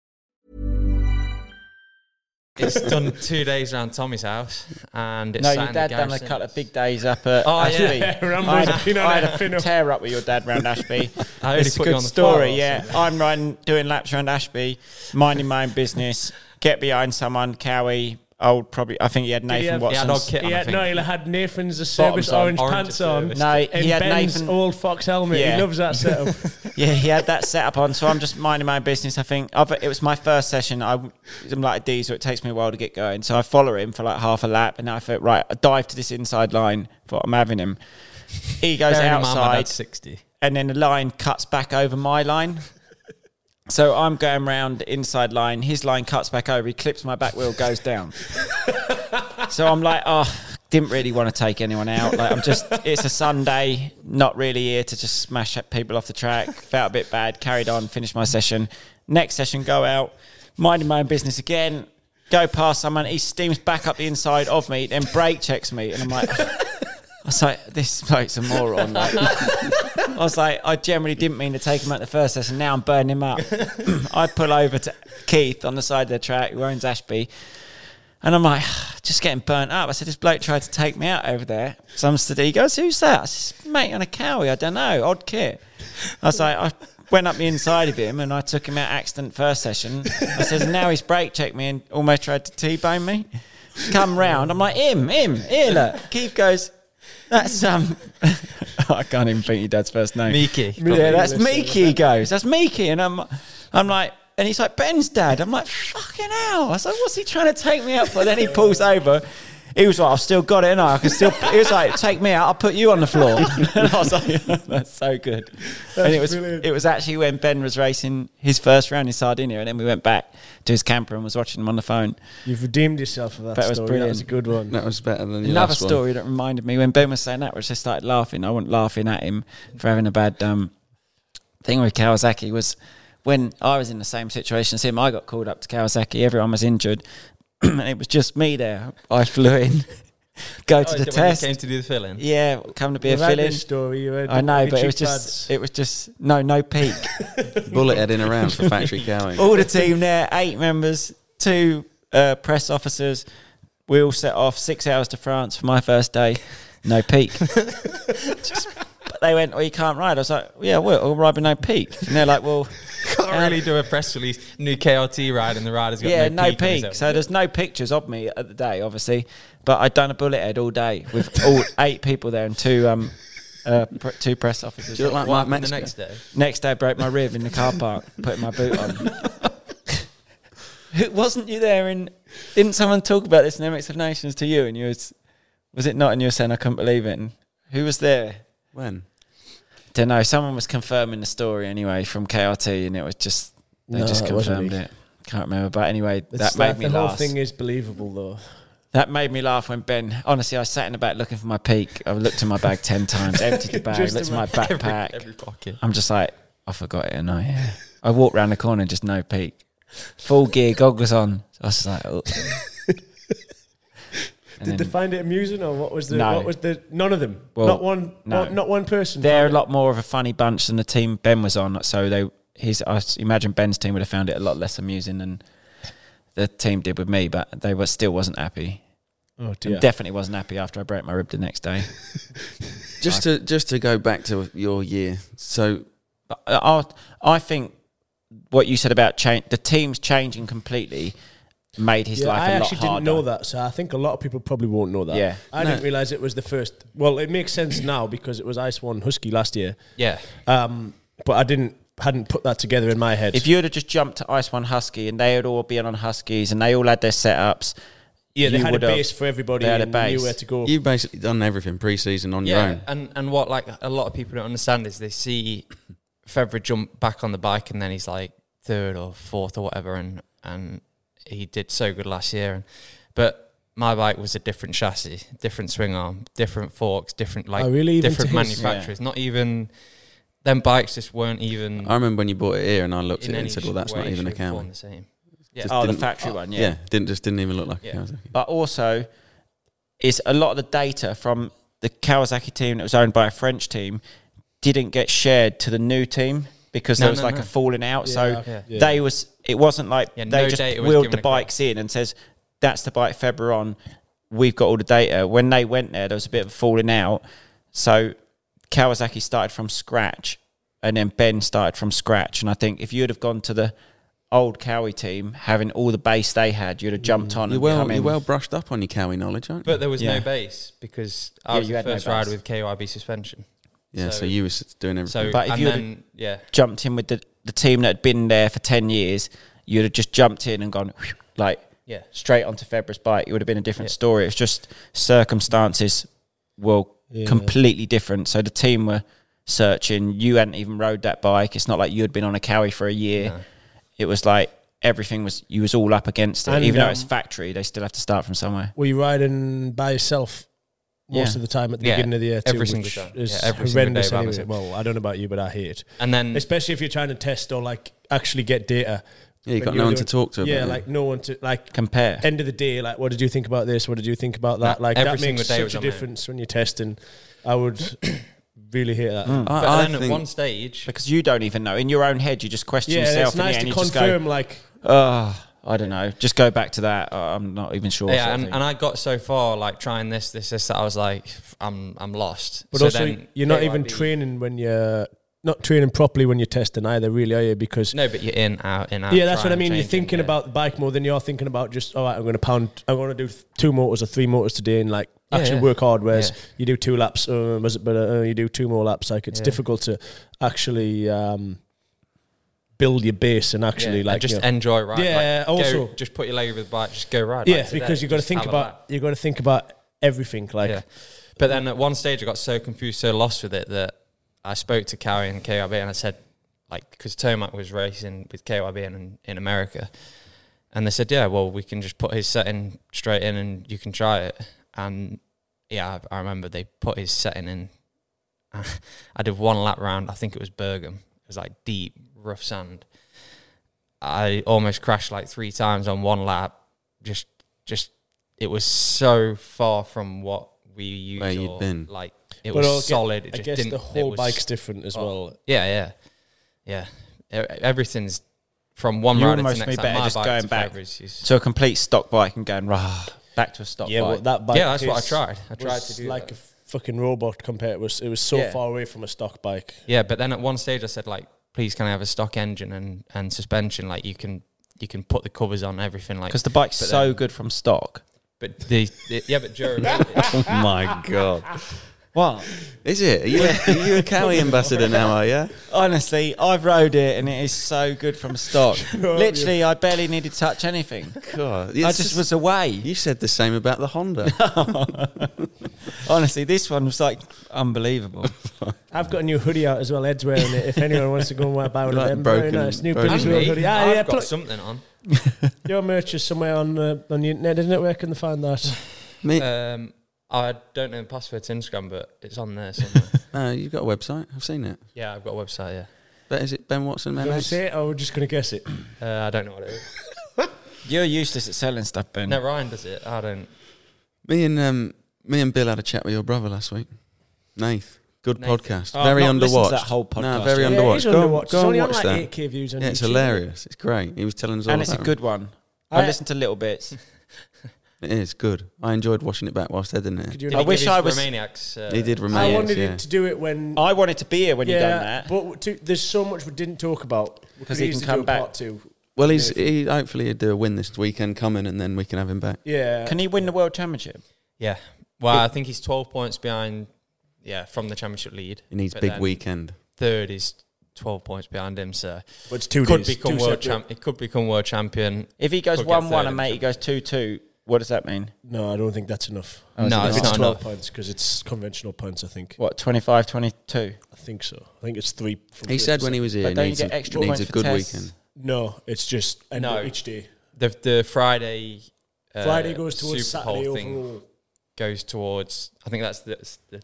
It's done two days around Tommy's house, and it's No, sat your in dad the done a garage couple since. of big days up at Oh, Ashby. yeah. I Rambo's had, been a, on I a had fin a up. tear up with your dad round Ashby. I already it's a put you good on the story, spot. yeah. I'm running, doing laps around Ashby, minding my own business, get behind someone, Cowie, old probably, I think he had he Nathan have- Watson. He had odd kit on, He I had, think. no, he had Nathan's a service on, orange, orange pants a on. service. No, and he had Ben's Nathan- old fox helmet. Yeah. He loves that setup. Yeah, he had that set up on, so I'm just minding my own business. I think I've, it was my first session. I, I'm like a diesel; it takes me a while to get going. So I follow him for like half a lap, and I thought, right, I dive to this inside line. Thought I'm having him. He goes Bearing in mind my outside, dad's sixty. and then the line cuts back over my line. So I'm going round the inside line. His line cuts back over. He clips my back wheel, goes down. so I'm like, oh, didn't really want to take anyone out. Like I'm just, it's a Sunday, not really here to just smash at people off the track. Felt a bit bad. Carried on, finished my session. Next session, go out, minding my own business again. Go past someone. He steams back up the inside of me, then brake checks me, and I'm like. I was like, this bloke's a moron. Like, I was like, I generally didn't mean to take him out the first lesson. Now I'm burning him up. I pull over to Keith on the side of the track, who owns Ashby, and I'm like, just getting burnt up. I said, this bloke tried to take me out over there. So I'm stood there. He goes, who's that? I said, mate on a cowie. I don't know. Odd kit. I was like, I went up the inside of him and I took him out accident first session. I says, now he's brake checked me and almost tried to T-bone me. Come round. I'm like, him, him, here, look. Keith goes, That's um. I can't even think your dad's first name. Miki. Yeah, that's Listen, Miki he goes. That's Miki, and I'm, I'm like, and he's like Ben's dad. I'm like, fucking hell. I was like, what's he trying to take me out for? Then he pulls over. He was like, I've still got it, and I can still. He was like, take me out. I'll put you on the floor. and I was like, that's so good. and it was, brilliant. it was actually when Ben was racing his first round in Sardinia, and then we went back to his camper and was watching him on the phone. You've redeemed yourself for that, That was story. brilliant. That was a good one. That was better than your Another last one. story that reminded me when Ben was saying that, which I started laughing. I wasn't laughing at him for having a bad um, thing with Kawasaki. Was when I was in the same situation as him. I got called up to Kawasaki. Everyone was injured, and it was just me there. I flew in, go to the Oh, is it when you test. Came to do the filling. yeah, come to be You a had fill-in. this story. You had I know, but it Richie was just Pads. it was just no no peak. Bullet heading around for factory cowing. Oh. all the team there, eight members, two uh, press officers. We all set off six hours to France for my first day. No peak. Just- but they went, well, you can't ride. I was like, yeah, well, I'll ride with no peak. And they're like, well, uh, Can't really do a press release. New KRT ride and the rider's got yeah, no, peak. on his own. So there's no pictures of me at the day, obviously. But I'd done a bullet head all day with all eight people there and two um, uh, pr- two press officers. Do you look like What Mike happened the Metzger? next day? Next day, I broke my rib in the car park, putting my boot on. Who- Wasn't you there? And didn't someone talk about this in their explanations to you? And you was, was it not? And you were saying I couldn't believe it. And who was there? When? Don't know. Someone was confirming the story anyway from KRT, and it was just they No, just it wasn't confirmed me. it. Can't remember, but anyway, It's that made like me the laugh. whole thing is believable, though. That made me laugh when Ben. Honestly, I sat in the back looking for my peak. I looked in my bag ten times, emptied the bag, Just looked in my Every- backpack. Every, pocket. I'm just like, I forgot it, and I yeah. I walked round the corner, just no peak, full gear, goggles on. I was like, oh. And Did then they find it amusing, or what was the? No. What was the? None of them. Well, not one. no. Not, not one person. they're a found it. lot more of a funny bunch than the team Ben was on. So they, his, I s- imagine Ben's team would have found it a lot less amusing than the team did with me, but they were still wasn't happy. Oh And dear. Definitely wasn't happy after I broke my rib the next day. Just to just to go back to your year. So But I, I I think what you said about change, the team's changing completely made his Yeah, life a I lot actually harder. didn't know that, so I think a lot of people probably won't know that. Yeah. I didn't realize it was the first. Well, it makes sense now because it was Ice One Husky last year, Yeah. um, but I didn't hadn't put that together in my head. If you would have just jumped to Ice One Husky and they had all been on Huskies and they all had their setups, yeah, they you had a would have- base for everybody. they had a and they knew base. where to go. you've basically done everything pre-season on your Yeah. own. And and what like a lot of people don't understand is they see Fevra jump back on the bike and then he's like third or fourth or whatever and and he did so good last year and but my bike was a different chassis, different swing arm, different forks, different like Oh, really? Even different to his? manufacturers. Not even them bikes just weren't even I remember when you bought it here, and I looked at it any and said, "Well, that's way, not even a shape, form cow." The same. Yeah. Just oh, the didn't- factory one, yeah. Yeah, didn't just didn't even look like Yeah. a Kawasaki. But also, is a lot of the data from the Kawasaki team that was owned by a French team didn't get shared to the new team because No, there was no, like no. a falling out. so Yeah. Yeah. they was it wasn't like Yeah, they no just data was wheeled given the across. bikes in and says that's the bike February on. We've got all the data. When they went there, there was a bit of a falling out. So Kawasaki started from scratch, and then Ben started from scratch. And I think if you'd have gone to the old Cowie team, having all the base they had, you'd have Mm. jumped on. You're and come well, in. you're well brushed up on your cowie knowledge, aren't you? But there was Yeah. no base because I Yeah, was you the had no first ride base. with KYB suspension. yeah, so, so- you were doing everything. So But if and you would've- then yeah, jumped in with the, the team that had been there for 10 years, you'd have just jumped in and gone whew, like yeah. straight onto February's bike. It would have been a different Yeah. story. It's just circumstances were Yeah. completely different. So the team were searching. You hadn't even rode that bike. It's not like you had been on a Cowie for a year. It was like everything was, you was all up against it. And, even um, though it's factory, they still have to start from somewhere. Were you riding by yourself most Yeah. of the time at the Yeah, beginning of the year? Too, every single which time. Is Yeah, every single day horrendous by anyway. myself. Well, I don't know about you, but I hate it. And then Especially if you're trying to test or like actually get data. yeah, you've When got you're no one to doing- talk to. Yeah, about it. like no one to like Compare. end of the day, like, what did you think about this? What did you think about that? No, Like, every that single makes day such was a on there. difference when you're testing. I would really hate that. but I, I then think at one stage because you don't even know. In your own head, you just question Yeah, yourself. it's nice and to you just go, confirm, like, oh, I don't know. Just go back to that. Oh, I'm not even sure. sort yeah, of and, thing. and I got so far like trying this, this, this that I was like, I'm I'm lost. but so also then you're not KYB even training when you're not training properly when you're testing either, really, are you? Because No, but you're in out in out. yeah, that's what I trying, mean. You're changing, thinking yeah. about the bike more than you're thinking about just all right. I'm going to pound. I'm going to do th- two motors or three motors today, and like actually yeah. work hard. Whereas Yeah. you do two laps, uh, was it better? Uh, you do two more laps. Like it's Yeah. difficult to actually um, build your base and actually Yeah, and like just you know- enjoy riding. Like, Yeah, go- also- just put your leg over the bike. Just go ride. yeah, like, today, because you've got to just think have a lap. about you've got to think about everything. Like yeah. But then at one stage, I got so confused, so lost with it that I spoke to Cowie and KYB and I said, like, because Tomac was racing with KYB in, in America. And they said, yeah, well, we can just put his setting straight in and you can try it. And yeah, I, I remember they put his setting in. I did one lap round. I think it was Bergam. It was like deep, rough sand. I almost crashed like three times on one lap. Just, just, it was so far from what we used. Where you'd or, been. Like it But was I'll get- solid. It I just guess didn't, the it whole was- bike's different as oh, well. Yeah, yeah, yeah. E- Everything's from one You rider to almost next. be time. better My just bike going to back. Fabre's is- So a complete stock bike and going rah, back to a stock Yeah, bike. well, that bike. Yeah, that's what I is- tried. I tried was to do like that. a fucking robot compared. It was it was so Yeah. far away from a stock bike. Yeah, but then at one stage I said like, please can I have a stock engine and, and suspension? Like you can you can put the covers on everything like because the bike's but so then- good from stock. but the, the- yeah but durability Oh my god, What? is it? Are you a, are you a Cowie ambassador now? Are you? Honestly, I've rode it and it is so good from stock. Literally, I barely need to touch anything. God, it's I just, was away. You said the same about the Honda. Honestly, this one was like unbelievable. I've got a new hoodie out as well. Ed's wearing it. If anyone wants to go and buy one Like of them, very broken- nice new broken- Billy's World hoodie. Ah, I've yeah, got plug- something on. your merch is somewhere on uh, on the internet, isn't it? Where can they find that? Me, Um, I don't know the password to Instagram, but it's on there somewhere. no, uh, you've got a website. I've seen it. yeah, I've got a website. But is it Ben Watson? Can we MX? say it, or we're just gonna guess it? Yeah, uh, I don't know what it is. You're useless at selling stuff, Ben. No, Ryan does it. I don't. Me and um, me and Bill had a chat with your brother last week. Nath, good Nath. podcast. Oh, I've very not listened underwatched. to that whole podcast No, very yet. Yeah, it underwatched. is Go, underwatched. go It's and only on watch that. like 8K views on yeah, it's YouTube. hilarious. It's great. He was telling us all and about it's a it. good one. I- I listened to little bits. It is good. I enjoyed watching it back whilst editing it. Could you? I Did he wish give his I was- Romaniacs. Uh, he did I remain. wanted yeah. to do it when. I wanted to be here when you yeah, you done that. but to, there's so much we didn't talk about. We 'Cause could he can easily come do a back. Part two. Well, he's he, hopefully he'll do a win this weekend coming, and then we can have him back. Yeah. Uh, Can he win the world championship? Yeah. Well, I think he's twelve points behind. Yeah, from the championship lead. He needs But big then weekend. Third is twelve points behind him, so but it's two could days. become two world separate- champ. It could become world champion. If he goes Could get one one third. and mate, he goes two two. What does that mean? No, I don't think that's enough. no, If it's not twelve enough. points because it's conventional points. I think. What 25, 22? I think so. I think it's three. From He said when he was here, But he don't you needs, get a, extra needs points a for good tests? weekend. No, it's just end No. of each day. The the Friday. Uh, Friday goes towards Super Saturday Bowl thing overall. Goes towards. I think that's the the,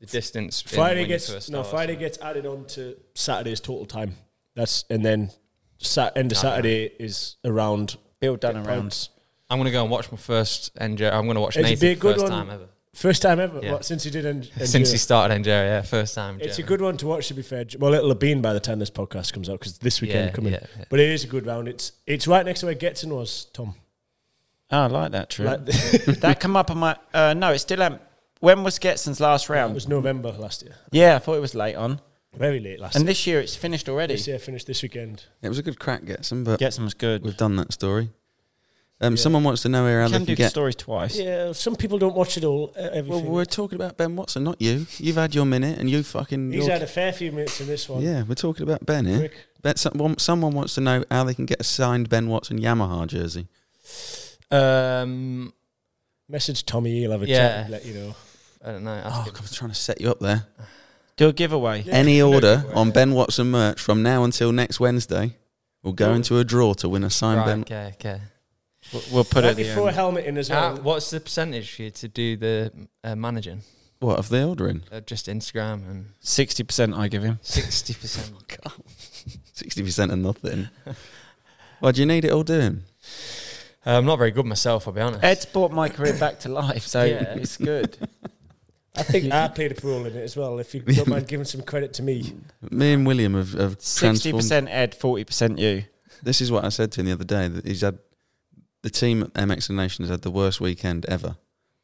the distance. in Friday when you gets first no. start, Friday so. gets added on to Saturday's total time. That's and then sat, end of Saturday is around Bill done eight around. points. I'm gonna go and watch my first enduro. I'm gonna watch It'd be Nathan a for good first one. time ever First time ever Yeah. what, since he did. End, since he started enduro. Yeah, first time. it's a German. good one to watch. To be fair, well, it'll have been by the time this podcast comes out because this weekend Yeah, coming. yeah, yeah. But it is a good round. It's it's right next to where Getson was, Tom. Oh, I like that. Hmm. True. Like, that come up on my. Uh, no, it still. Um, when was Getson's last it round? was November last year, yeah, I thought it was late on. very late last. And year. this year it's finished already. this year finished this weekend. It was a good crack, Getson, but Getson was good. we've done that story. Um, Someone wants to know here how can they do can get. stories twice. Yeah, some people don't watch it all. uh, Well, Everything. we're talking about Ben Watson, not you. You've had your minute, and you fucking. He's you're- had a fair few minutes in this one. yeah, we're talking about Ben here. Rick. Ben, someone, someone wants to know how they can get a signed Ben Watson Yamaha jersey. Um, Message Tommy, he'll have a Yeah. chat and let you know. I don't know. ask Oh, him. God, I was trying to set you up there. Do a giveaway. Any order on Ben Watson merch from now until next Wednesday will go into a draw to win a signed right, Ben. okay, okay. We'll, we'll put it. Right at the before end. Ah, helmet in as Uh, well. what's the percentage for you to do the uh, managing? What of the ordering? Uh, just Instagram and Sixty percent, I give him. sixty percent. Oh Sixty percent of nothing. Why do you need it all doing? Uh, I'm not very good myself. I'll be honest. Ed's brought my career back to life, so Yeah. it's good. I think I played a role in it as well. If you don't mind giving some credit to me, Me and William have, have Sixty transformed. percent Ed, forty percent you. This is what I said to him the other day. That he's had the team at MX Nation has had the worst weekend ever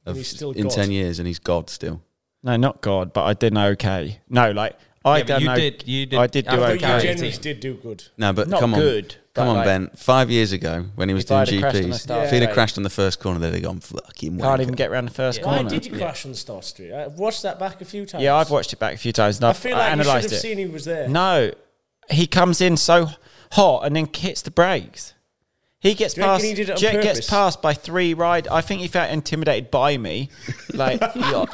And of, he's still in God. ten years, and he's God still. No, not God, but I did okay. No, like I Yeah, but don't you know. did- you did- I did I do thought But okay. you you Carry generally team. did do good. No, but Not come on, good, but come on, like- Ben. Five years ago, when he was If doing I had crashed on GPs, a start if he'd have straight- crashed on the first corner, they'd have gone fucking. Can't wanker." even get around the first Yeah. Why corner. did you crash on Star Street? I've watched that back a few times. Yeah, I've watched it back a few times. And I I've feel like you should have analysed it. seen he was there. No, he comes in so hot and then hits the brakes. He gets Do you reckon past. he did it on Jet purpose? gets passed by three ride. I think he felt intimidated by me. Like, yeah,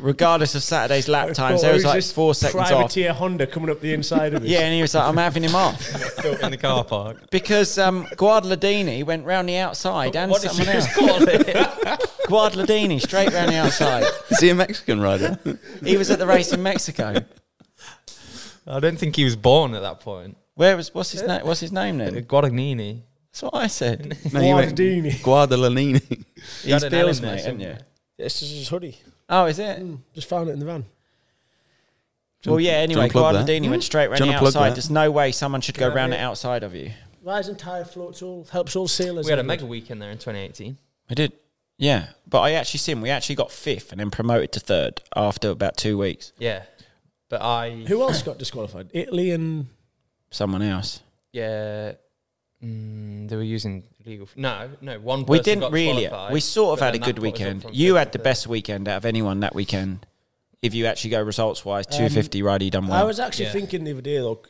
regardless of Saturday's lap times, there was like this four seconds off. privateer Honda coming up the inside of it. Yeah, and he was like, "I'm having him off." in the car park. Because um, Guadaladini went round the outside and What did someone you else. call it? Guadaladini straight round the outside. Is he a Mexican rider? He was at the race in Mexico. I don't think he was born at that point. Where was what's his name? What's his name then? Guadagnini. That's what I said. no, you went Guadagnini. Guadalanini. had He's an Bill's Allen there mate, isn't you? This is his hoodie. Oh, is it? Mm. Just found it in the van. Well, yeah. do you wanna Anyway, plug that? Guadaladini Hmm? went straight round Do you the wanna plug outside. that? There's no way someone should go Yeah, round mate. the outside of you. Rising tide floats all, helps all sailors. We had a mega weekend there in 2018. We did. Yeah, but I actually seen we actually got fifth and then promoted to third after about two weeks. Yeah, but I Who else got disqualified? Italy and Someone else. yeah. Mm, they were using legal. No, no. One. We person didn't got really. disqualified, We sort but of had a then that good put us up weekend. from You fifth had to the best weekend out of anyone that weekend. If you actually go results wise, Um, two fifty rider, you done well. I was actually Yeah. thinking the other day, though,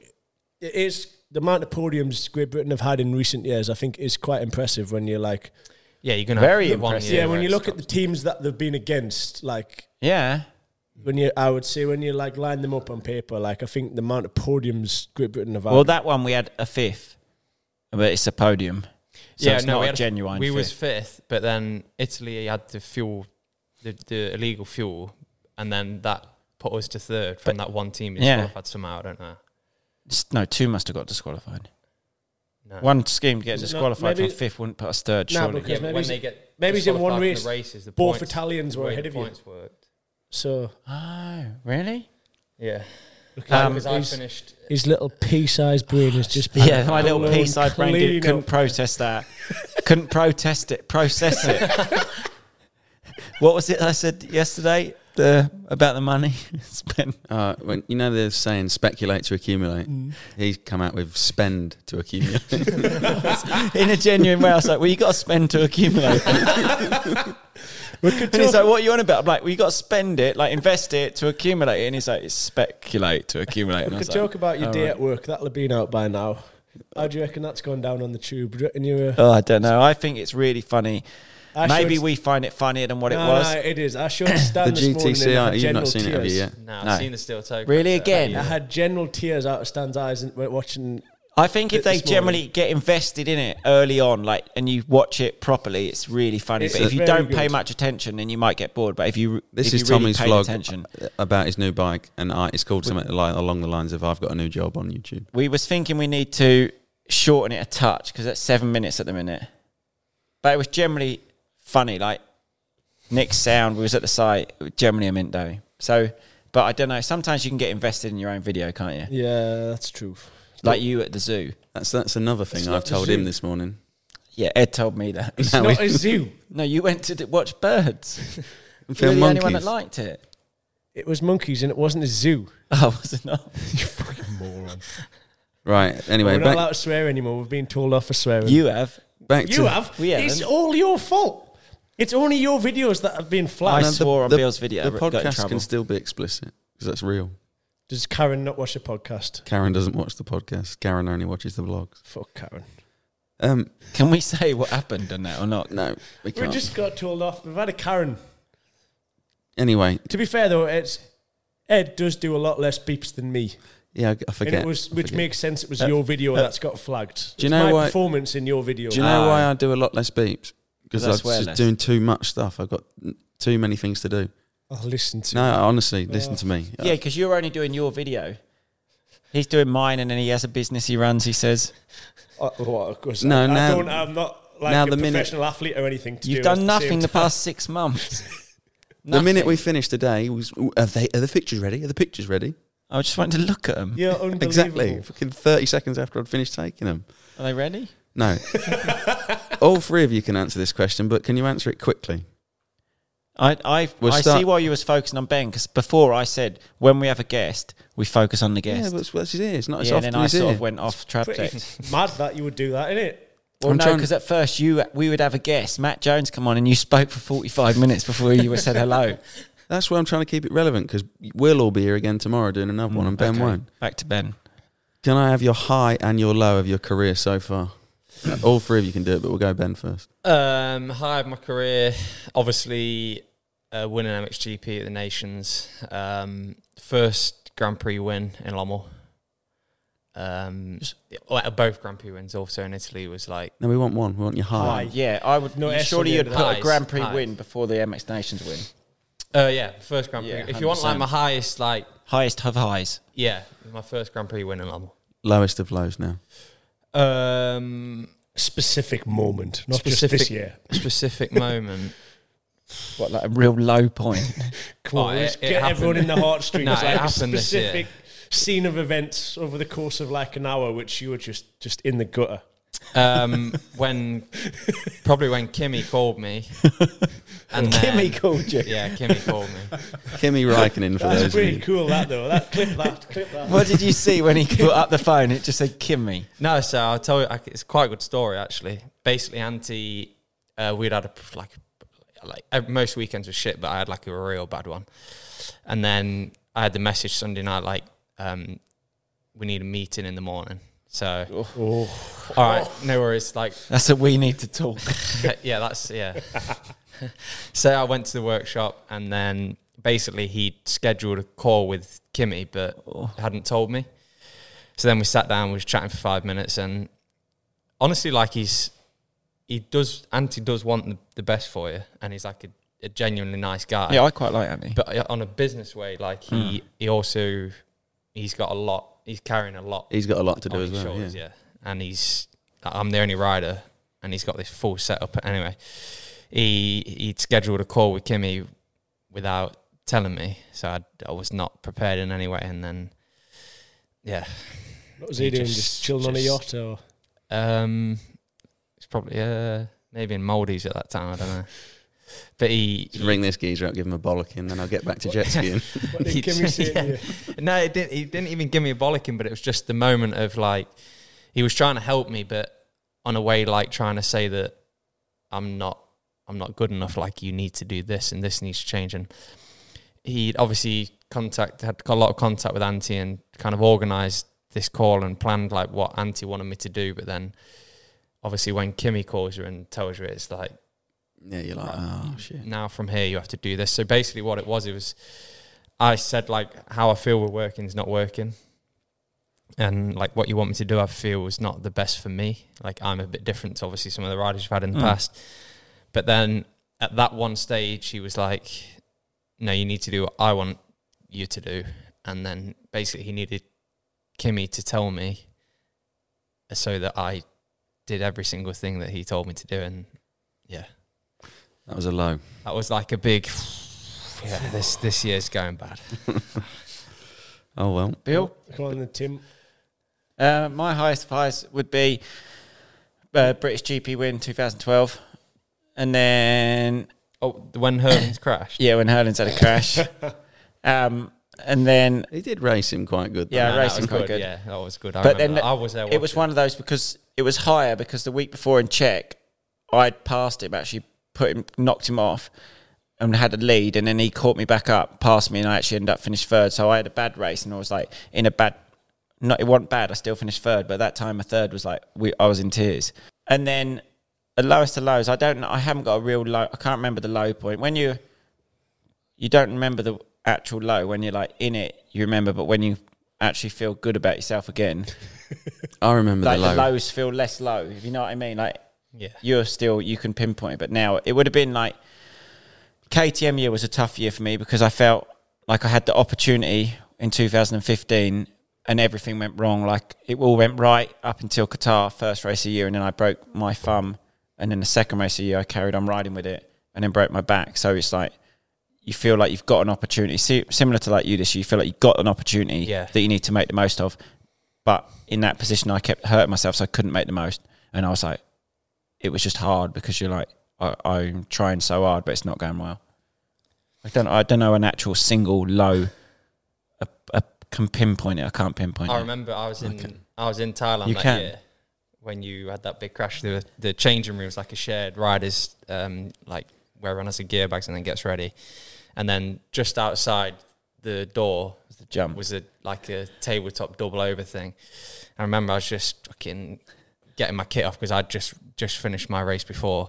it is the amount of podiums Great Britain have had in recent years. I think is quite impressive when you're like, third. Yeah, you're gonna Very have the one impressive. yeah, year when where you it's look at got- the teams that they've been against, like yeah, when you, I would say when you like line them up on paper, like I think the amount of podiums Great Britain have had. Well, that one we had a fifth, but it's a podium. So yeah, it's no, not we a had genuine. We fifth. was fifth, but then Italy had the fuel, the, the illegal fuel, and then that put us to third from that one team Yeah. disqualified somehow. I don't know. S- no two must have got disqualified. No. One scheme to get disqualified maybe- from fifth wouldn't put us third. No, surely. because Yeah, maybe but when he's- they get maybe he's in disqualified one from the race, races, the both points- Italians the were way ahead the of you. Points worked. so Oh, really? Yeah, Um, because I he's- finished his little pea-sized brain has just been Yeah, my little blown piece I brain clean did, couldn't up. protest that. couldn't protest it. Process it. what was it I said yesterday? The about the money spent. Uh, when, you know the saying, speculate to accumulate? He's come out with spend to accumulate. In a genuine way, I was like, "Well, you got to spend to accumulate." and he's like, "What are you on about?" I'm like, "Well, you got to spend it, like invest it to accumulate." It. And he's like, "It's speculate to accumulate." And I We was could like, joke about your "All day right." at work. That'll have been out by now. How do you reckon that's gone down on the tube? Do you reckon you were? Oh, I don't know. I think it's really funny. I Maybe showed- we find it funnier than what it No, was. No, it is. I showed the Stan this morning. and I GTCR, had uh, you've general not seen it, have you tears. yet? No, No. I've seen the steel toe. Really again? I had general tears out of Stan's eyes and watching. I think if Th- they this morning. generally get invested in it early on, like, and you watch it properly, it's really funny. It's but if you very don't pay good. much attention, then you might get bored. But if you This if is you Tommy's really paid vlog attention, about his new bike, and I, it's called something like along the lines of "I've got a new job on YouTube." we was thinking we need to shorten it a touch because that's seven minutes at the minute. But it was generally funny. Like Nick's sound, we was at the site. It was generally a mint day. So, but I don't know. Sometimes you can get invested in your own video, can't you? Yeah, that's true. Like you at the zoo. That's that's another thing It's I've not the told him zoo. this morning. Yeah, Ed told me that. Now Not a zoo. no, you went to d- watch birds. we You're film the only one that monkeys. liked it. It was monkeys, and it wasn't a zoo. Oh, was it not? Right. Anyway, We're not allowed back, to swear anymore. We've been told off for swearing. You have. back to You have. We haven't. it's all your fault. It's only your videos that have been I flagged. No, swore on Bill's video The I got in podcast trouble. can still be explicit because that's real. Does Karen not watch the podcast? Karen doesn't watch the podcast. Karen only watches the vlogs. Fuck Karen. Um, Can we say what happened on that or not? no, we We can't. just got told off. We've had a Karen. anyway, To be fair though, it's Ed does do a lot less beeps than me, yeah, I- I forget. and it was I which forget. makes sense. It was Uh, your video uh, that's got flagged. do you It's know my why- performance in your video? Do you know Ah. why I do a lot less beeps? Because I I'm swear just less. doing too much stuff. I've got n- too many things to do. I'll Oh, listen to. No, honestly, listen to me. Yeah, because you're only doing your video. He's doing mine, and then he has a business he runs. He says Uh, what, of course, No, I, now- I don't, I'm not like now a the minute- professional athlete or anything. To you've do done at the same nothing the time. past six months. The minute we finished today, was "Ooh, are they are the pictures ready? Are the pictures ready? I just wanted to look at them. You're unbelievable. Exactly. Fucking thirty seconds after I'd finished taking them. Are they ready? No. All three of you can answer this question, but can you answer it quickly? I I, We'll I start- see why you was focusing on Ben because before I said when we have a guest we focus on the Yeah, guest. but it's, well, it's his ear. It's not as Yeah, and often then I as sort here. of went off Pretty subject. mad that you would do that, innit? Well, I'm no, trying- because at first you we would have a guest. Matt Jones come on and you spoke for forty five minutes before you said hello. That's why I'm trying to keep it relevant because we'll all be here again tomorrow doing another Mm, one, and Ben Okay, won't. Back to Ben. Can I have your high and your low of your career so far? all three of you can do it, but we'll go Ben first. Um, high of my career, obviously uh, winning MXGP at the Nations, um, first Grand Prix win in Lommel. Um, well, both Grand Prix wins also in Italy was like No, we want one. We want your high. High. Yeah, I would. No you- S on surely the you'd end of put that. a Grand Prix Highs, win before the MX Nations win. Uh, yeah, first Grand Prix. Yeah, if you want like 100%. my highest, like Highest of highs. yeah, my first Grand Prix win in Lommel. Lowest of lows now. Um, Specific moment, not specific Oh, just this year. specific moment. What like a real low point? Come on, Oh, let's it- it get everyone in happened. the heartstrings. No, it like a happened this year. specific scene of events over the course of like an hour, which you were just just in the gutter. Um, when probably when Kimmy called me, and then- Kimmy called you. Yeah, Kimmy called me. Kimi Raikkonen for That's those. of pretty you. cool. That though, that clip, that clip, that. What did you see when he put up the phone? It just said Kimmy. No, so I'll tell you, like, it's quite a good story actually. Basically, Auntie, uh, we'd had a like, like ev- most weekends were shit, but I had like a real bad one. And then I had the message Sunday night like, um, we need a meeting in the morning. So, all right, no worries. Like, That's what we need to talk. yeah, that's yeah. so I went to the workshop, and then basically he scheduled a call with Kimmy, but Oh. hadn't told me. So then we sat down, we was chatting for five minutes, and honestly, like he's he does, Auntie does want the, the best for you, and he's like a, a genuinely nice guy. Yeah, I Hmm. quite like Andy. but uh, on a business way, like he he also he's got a lot. He's carrying a lot He's got a lot to do on as his well. Yeah. shoulders, yeah. And he's, I'm the only rider, and he's got this full setup. Anyway, he he'd scheduled a call with Kimmy without telling me, so I, I was not prepared in any way. And then, yeah, What was he, He doing? Just, just- chilling on a just- yacht, or um, it's probably uh maybe in Maldives at that time. I don't know, but he. Just ring this geezer out, give him a bollocking, then I'll get back to jet skiing. what did he- Kimmy say yeah. to you? No, it didn't, he didn't even give me a bollocking, but it was just the moment of like, he was trying to help me, but on a way like trying to say that I'm not, I'm not good enough. Like you need to do this and this needs to change. And he obviously contact had a lot of contact with Auntie and kind of organised this call and planned like what Auntie wanted me to do. But then obviously when Kimmy calls you and tells you, it's like yeah, you're like, oh shit. now from here you have to do this. So basically, what it was, it was I said like how I feel we're working is not working, and like what you want me to do, I feel was not the best for me. Like I'm a bit different to obviously some of the riders you've had in the past, but then at that one stage, he was like, "No, you need to do what I want you to do," and then basically he needed Kimmy to tell me so that I did every single thing that he told me to do, and yeah. That was a low. That was like a big. Yeah, this this year's going bad. Oh well. Bill, Come on, then, Tim. uh, my highest of highs would be uh, British GP win 2012, and then Oh, when Herman's crashed. yeah, when Hurlins had a crash, um, and then He did race him quite good. though. Yeah, No, that racing was quite good. Yeah, that was good. I but then I was there. it was one of those because it was higher because the week before in check, I'd passed him actually put him knocked him off and had a lead and then he caught me back up passed me and I actually ended up finished third so I had a bad race and I was like in a bad not it wasn't bad I still finished third but that time a third was like we I was in tears and then the lowest of lows I don't know I haven't got a real low I can't remember the low point when you you don't remember the actual low when you're like in it you remember but when you actually feel good about yourself again I remember like the low. the lows feel less low. If you know what I mean, like Yeah. you're still you can pinpoint it, but now it would have been like KTM year was a tough year for me because I felt like I had the opportunity in 2015 and everything went wrong. Like it all went right up until Qatar first race a year, and then I broke my thumb, and then the second race a year I carried on riding with it, and then broke my back. So it's like. You feel like you've got an opportunity, Si- similar to like you this year. You feel like you've got an opportunity Yeah. that you need to make the most of but in that position I kept hurting myself so I couldn't make the most and I was like it was just hard because you're like I, I'm trying so hard but it's not going well I don't. I don't know an actual single low. I, I can pinpoint it. I can't pinpoint I it. remember I was in I was in Thailand You that can. year when you had that big crash. The the changing room was like a shared riders um like where everyone has a gear bags and then gets ready. And then just outside the door was the jump. um, was a like a tabletop double over thing. I remember I was just fucking getting my kit off because I'd just just finished my race before.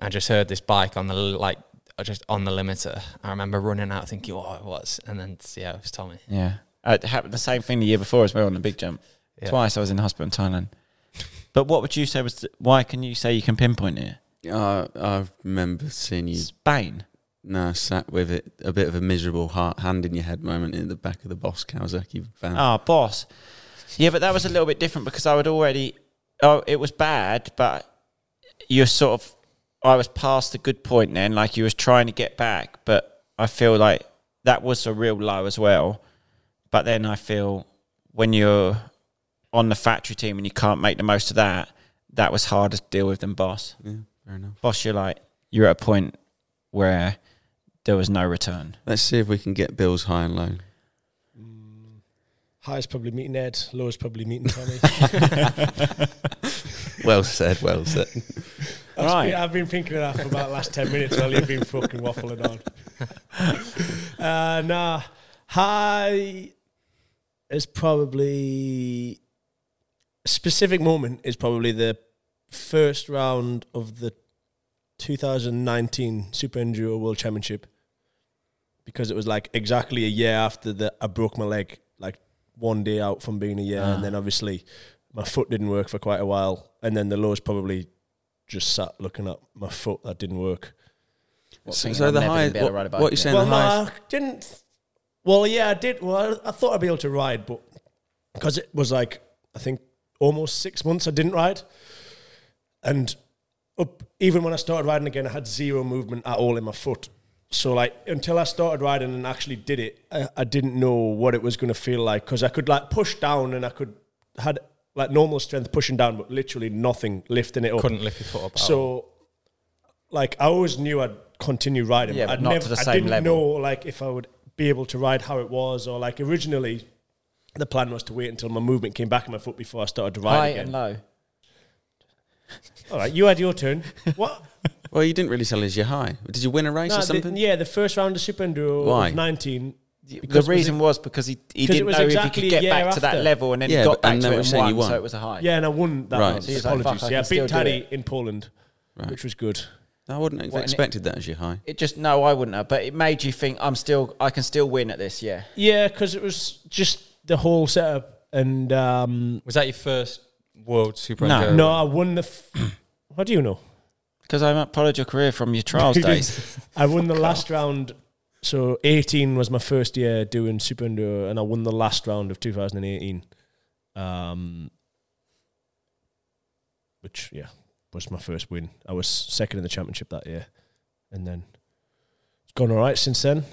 I just heard this bike on the l- like uh, just on the limiter. I remember running out thinking, oh, it was, and then yeah, it was Tommy. Yeah. Uh, It happened the same thing the year before as well on the big jump. Yeah. Twice I was in hospital in Thailand. But what would you say was, the, why can you say you can pinpoint it? Uh, I remember seeing you Spain. no sat with it a bit of a miserable heart hand in your head moment in the back of the Boss Kawasaki van. Ah, boss. Yeah, but that was a little bit different because I would already, oh, it was bad, but you're sort of, I was past the good point then, like you was trying to get back, but I feel like that was a real low as well. But then I feel when you're on the factory team and you can't make the most of that, that was harder to deal with than boss. Yeah, fair enough. boss, you're like you're at a point where there was no return. Let's see if we can get Bill's high and low. High's probably meeting Ed, low's probably meeting Tommy. Well said, well said. That's Right. been- I've been thinking of that for about the last 10 minutes while you've been fucking waffling on. Uh, nah, high is probably. Specific moment is probably the first round of the 2019 Super Enduro World Championship because it was like exactly a year after the I broke my leg, like one day out from being a year, and then obviously my foot didn't work for quite a while, and then the lowest probably just sat looking at my foot that didn't work. So, so the high, what, what you saying? well, the no, highest- I didn't. Well, yeah, I did. Well, I thought I'd be able to ride, but because it was like I think almost six months I didn't ride, and up even when I started riding again, I had zero movement at all in my foot. So like until I started riding and actually did it, I, I didn't know what it was going to feel like because I could like push down and I could had like normal strength pushing down, but literally nothing lifting it up. Couldn't lift your foot up. at all. Oh. So, like, I always knew I'd continue riding. Yeah, I but not to the I same didn't level. know like if I would be able to ride how it was, or like originally, the plan was to wait until my movement came back in my foot before I started to ride High again. and low. All right, you had your turn. what? well, you didn't really tell us your high. Did you win a race No, or the- something? yeah, the first round of Super Enduro Why? was nineteen. The Because was reason was, because he, he 'Cause didn't it know was if he exactly could a get year back to that after. level, and then Yeah, he but- got back and to then it we're and saying won, you won. so it was a high. Yeah, and I won that Right. round. So he's like, fuck, Apologies. I can yeah, still big do Taddy it. in Poland, which was good. I wouldn't have What, and it- expected that as your high. It just no, I wouldn't have. But it made you think I'm still, I can still win at this. Yeah, Yeah, because it was just the whole setup, and um, Was that your first world super? No. Enduro? no, I won the. F- what do you know? because I followed your career from your trials days. I won the last round. So 18 was my first year doing Super Enduro, and I won the last round of 2018. Um, which, yeah, was my first win. I was second in the championship that year. And then it's gone all right since then.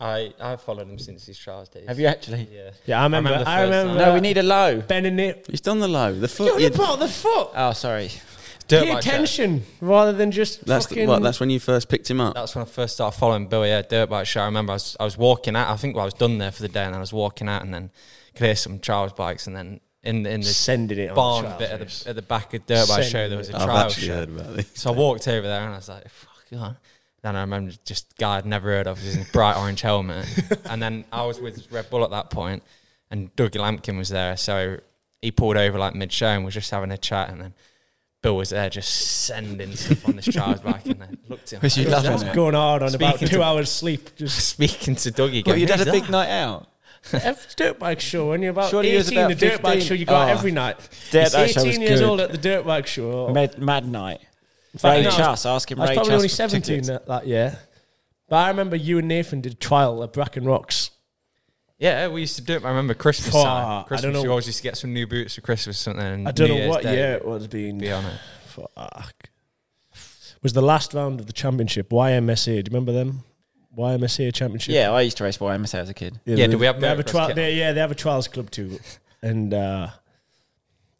I I followed him since his trials days. Have you actually? Yeah. Yeah, I remember. remember the I first remember. time. No, we need a low. bending it. He's done the low. The foot. You're you'd- about the foot. Oh, sorry. Dirt Pay bike shared. attention rather than just that's the, fucking. what. That's when you first picked him up. That's when I first started following Bill. Yeah, dirt bike show. I remember I was, I was walking out. I think I was done there for the day, and I was walking out, and then could hear some trials bikes, and then in in the Sending it on barn trials bit at race. the, at the back of dirt bike show. Sending There was a it. I've trial actually show. heard about this. So I walked over there, and I was like, "Fuck yeah." Then I remember just guy I'd never heard of, was in his bright orange helmet, and then I was with Red Bull at that point, and Dougie Lampkin was there, so he pulled over like mid show and was just having a chat, and then. Bill was there just sending stuff on this trials bike and then looked at him. you love That's going hard on about Speaking two to- hours sleep. Just speaking to Dougie. Well, going, you'd had "Who's a big that?" night out. F dirt bike show when you're about Surely he was 18 about the dirt bike 15. show you go out Oh. every night Dirt He's bike show 18 was years good. old at the dirt bike show Mad, mad night. fact, Ray no, I was- Chas, ask him. I was Ray probably Chas only for 17 tickets. that, that year but I remember you and Nathan did a trial at Bracken Rocks Yeah, we used to do it. I remember Christmas Oh, I time. don't Christmas, know. you always used to get some new boots for Christmas or something. and I don't New know Year's what Day year it was being Be on it. fuck was the last round of the championship YMSA do you remember them YMSA championship Yeah, I used to race YMSA as a kid. Yeah, do we have they have a motocross trial kit? they, yeah they have a trials club too and uh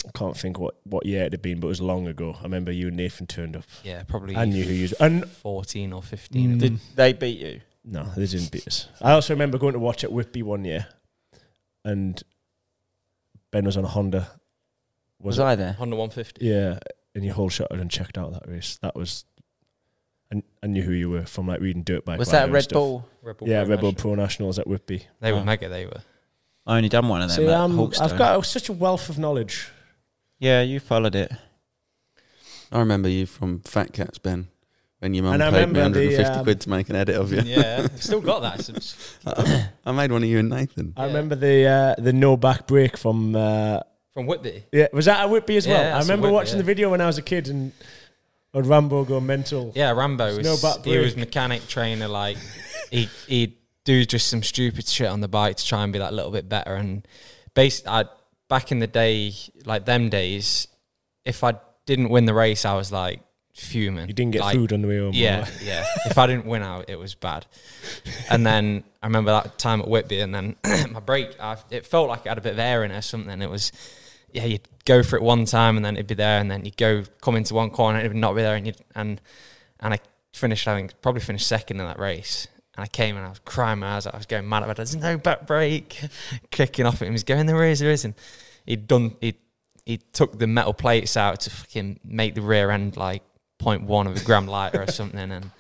I can't think what, what year it had been, but it was long ago. I remember you and Nathan turned up. Yeah, probably I knew who you. And Mm. 14 or 15. Did they beat you? No, they didn't beat us. I also remember going to watch at Whitby one year, and Ben was on a Honda. Was, it- I there? Honda 150. Yeah, and you whole shot and checked out that race. That was, and I knew who you were from like reading dirt bike. Was rider that and Red stuff. Bull? Rebel Yeah, Pro Red Bull National. Pro Nationals at Whitby. They were Oh. mega. They were. I only done one of them. See, at um, Folkestone. I've got such a wealth of knowledge. Yeah, you followed it. I remember you from Fat Cats, Ben, when your mum And I paid me remember the, 150 um, quid to make an edit of you. Yeah, I've still got that. So it's I made one of you and Nathan. I Yeah. remember the uh, the no back break from uh, from Whitby. yeah was that at Whitby as well. Yeah, I that's at remember Whitby, watching yeah. the video when I was a kid and or Rambo go mental. Yeah, Rambo was. There's no back he was brake. mechanic trainer. Like he he'd do just some stupid shit on the bike to try and be that little bit better. And based, I back in the day, like them days, if I didn't win the race, I was like fuming. You didn't get Like, food on the way home. Yeah, yeah. If I didn't win out, it was bad. And then I remember that time at Whitby, and then my break, I, it felt like I had a bit of air in it or something. It was, yeah, you'd go for it one time, and then it'd be there, and then you'd go come into one corner, and it would not be there, and you and and I finished, I think, probably finished second in that race. And I came and I was crying my eyes out. I was going mad about it. There's no back break, kicking off at him. He's going, there is, there is. And he'd done, he he took the metal plates out to fucking make the rear end like 0.1 of a gram lighter or something. And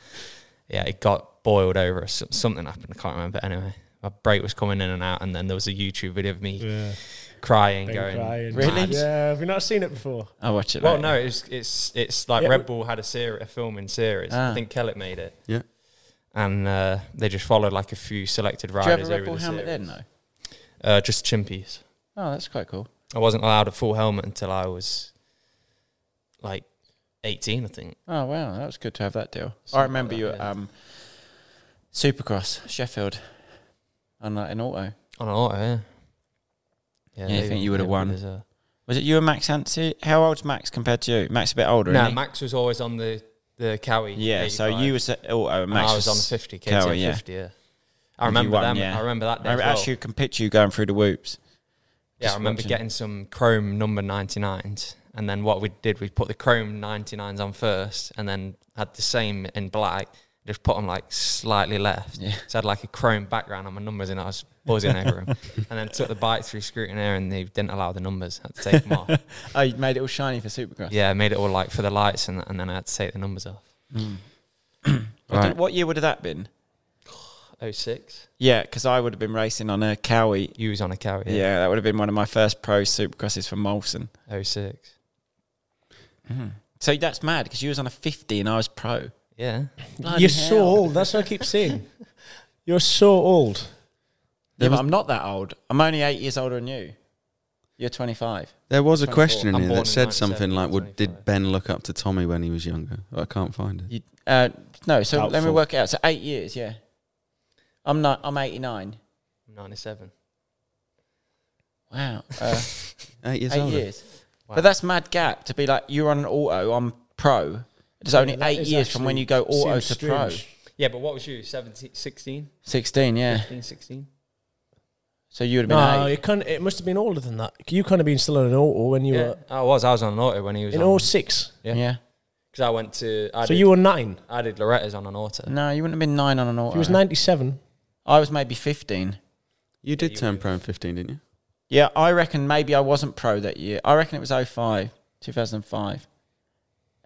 yeah, it got boiled over. or so- Something happened. I can't remember. Anyway, my brake was coming in and out. And then there was a YouTube video of me Yeah. crying, Ben going, crying. Really? mad. Yeah, have you not seen it before? I watch it. Well, later. no, it's it's it's like Yeah, Red we- Bull had a seri- a filming series. Ah. I think Kellett made it. Yeah. and uh, they just followed like a few selected Do you have a riders Red over Bull the helmet series. then, though? Uh, just chimpies. Oh, that's quite cool. I wasn't allowed a full helmet until I was like eighteen, I think. Oh wow, that was good to have that deal. I Something remember like you that, at yeah. um, Supercross Sheffield, on like an auto. On an auto, yeah. Yeah, you they- think you would have they won. us a- Was it you and Max Hansi? How old's Max compared to you? Max a bit older. No, isn't he? Max was always on the the Cowie. Yeah, so 85, you was at auto. And and Max I was on the fifty, KTM Cowie, yeah. fifty. Yeah, I And you remember won, them. yeah. I remember that day. I as well. actually can picture you going through the whoops. Yeah, I Just remember watching. getting some chrome number 99s. And then what we did, we put the chrome 99s on first and then had the same in black, just put them like slightly left. Yeah. So I had like a chrome background on my numbers and I was buzzing over them. And then took the bike through scrutineer and they didn't allow the numbers. I had to take them off. Oh, you made it all shiny for Supercross. Yeah, I made it all like for the lights and, and then I had to take the numbers off. I don't- Right. What year would have that been? 06? Yeah, because I would have been racing on a Cowie. You was on a carrier. Yeah. that would have been one of my first pro Supercrosses for Molson. 06. So that's mad because you was on a 50 and I was pro. Yeah. Bloody You're so hell. old. That's what I keep saying. You're so old. Yeah, but I'm not that old. I'm only eight years older than you. You're 25. There was a 24. question in I'm here born that in said something 97, like, "Would did 25. Ben look up to Tommy when he was younger?" I can't find it. You, uh, no, so let me Doubtful. work it out. So eight years, yeah. I'm not. I'm 89. 97. Wow. Uh, Eight years eight older. years. But that's mad gap to be like you're on an auto. I'm pro. It's only Yeah, that eight is years from when actually- you go auto to seems pro. strange. Yeah, but what was you? 17, 16? 16, yeah. 15, 16? So you would have been No, eight. it can It must have been older than that. You could have been still on an auto when you Yeah, I was. I was on an auto when he was were on. in 06. Yeah. Yeah. Because I went to. I So did, you were nine. I did Loretta's on an auto. No, you wouldn't have been nine on an auto. He was ninety-seven. I was maybe 15. You did turn pro in 15, didn't you? Yeah, I reckon maybe I wasn't pro that year. I reckon it was 05, 2005.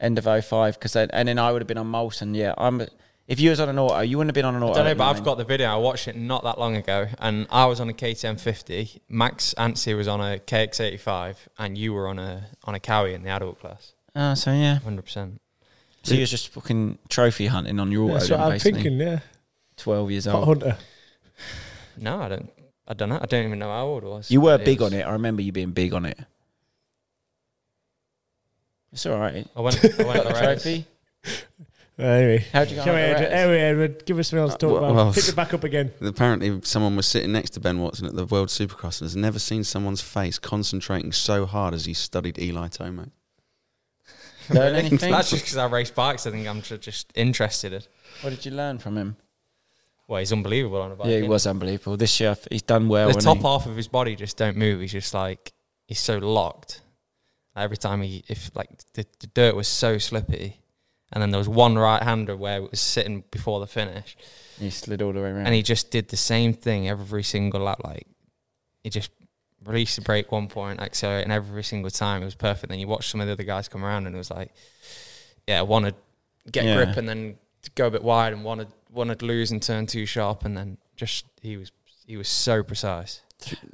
End of 05. Cause then, and then I would have been on Molson. Yeah. I'm. If you was on an auto, you wouldn't have been on an auto. I don't know, at but I've nine. got the video. I watched it not that long ago, and I was on a KTM 50. Max Ansi was on a KX85, and you were on a on a Cowie in the adult class. Oh, so yeah. 100. percent So you was just fucking trophy hunting on your auto. That's what then, I'm basically. thinking. Yeah, 12 years Pot old. hunter. No, I don't. I don't know. I don't even know how old I was. You were But big was- on it. I remember you being big on it. It's all right. I went. I Got went the Loretta's. trophy. Anyway, How'd you go? come on here, the Edward. rest? Anyway, Edward, give us something else to talk Well- about. well- Pick it back up again. Apparently, someone was sitting next to Ben Watson at the World Supercross and has never seen someone's face concentrating so hard as he studied Eli Tomo. Learn anything? That's just because I race bikes. I think I'm ju- just interested. In. What did you learn from him? Well, he's unbelievable on a bike. yeah, he isn't was unbelievable. This year he's done well. the hasn't top he? half of his body just don't move. He's just like he's so locked. Every time he, if like the, the dirt was so slippy, and then there was one right hander where it was sitting before the finish, He slid all the way around. and he just did the same thing every single lap. Like he just released the brake one point, accelerate, and every single time it was perfect. Then you watched some of the other guys come around, and it was like, yeah, one would get Yeah. grip and then go a bit wide, and one would one would lose and turn too sharp, and then just he was he was so precise.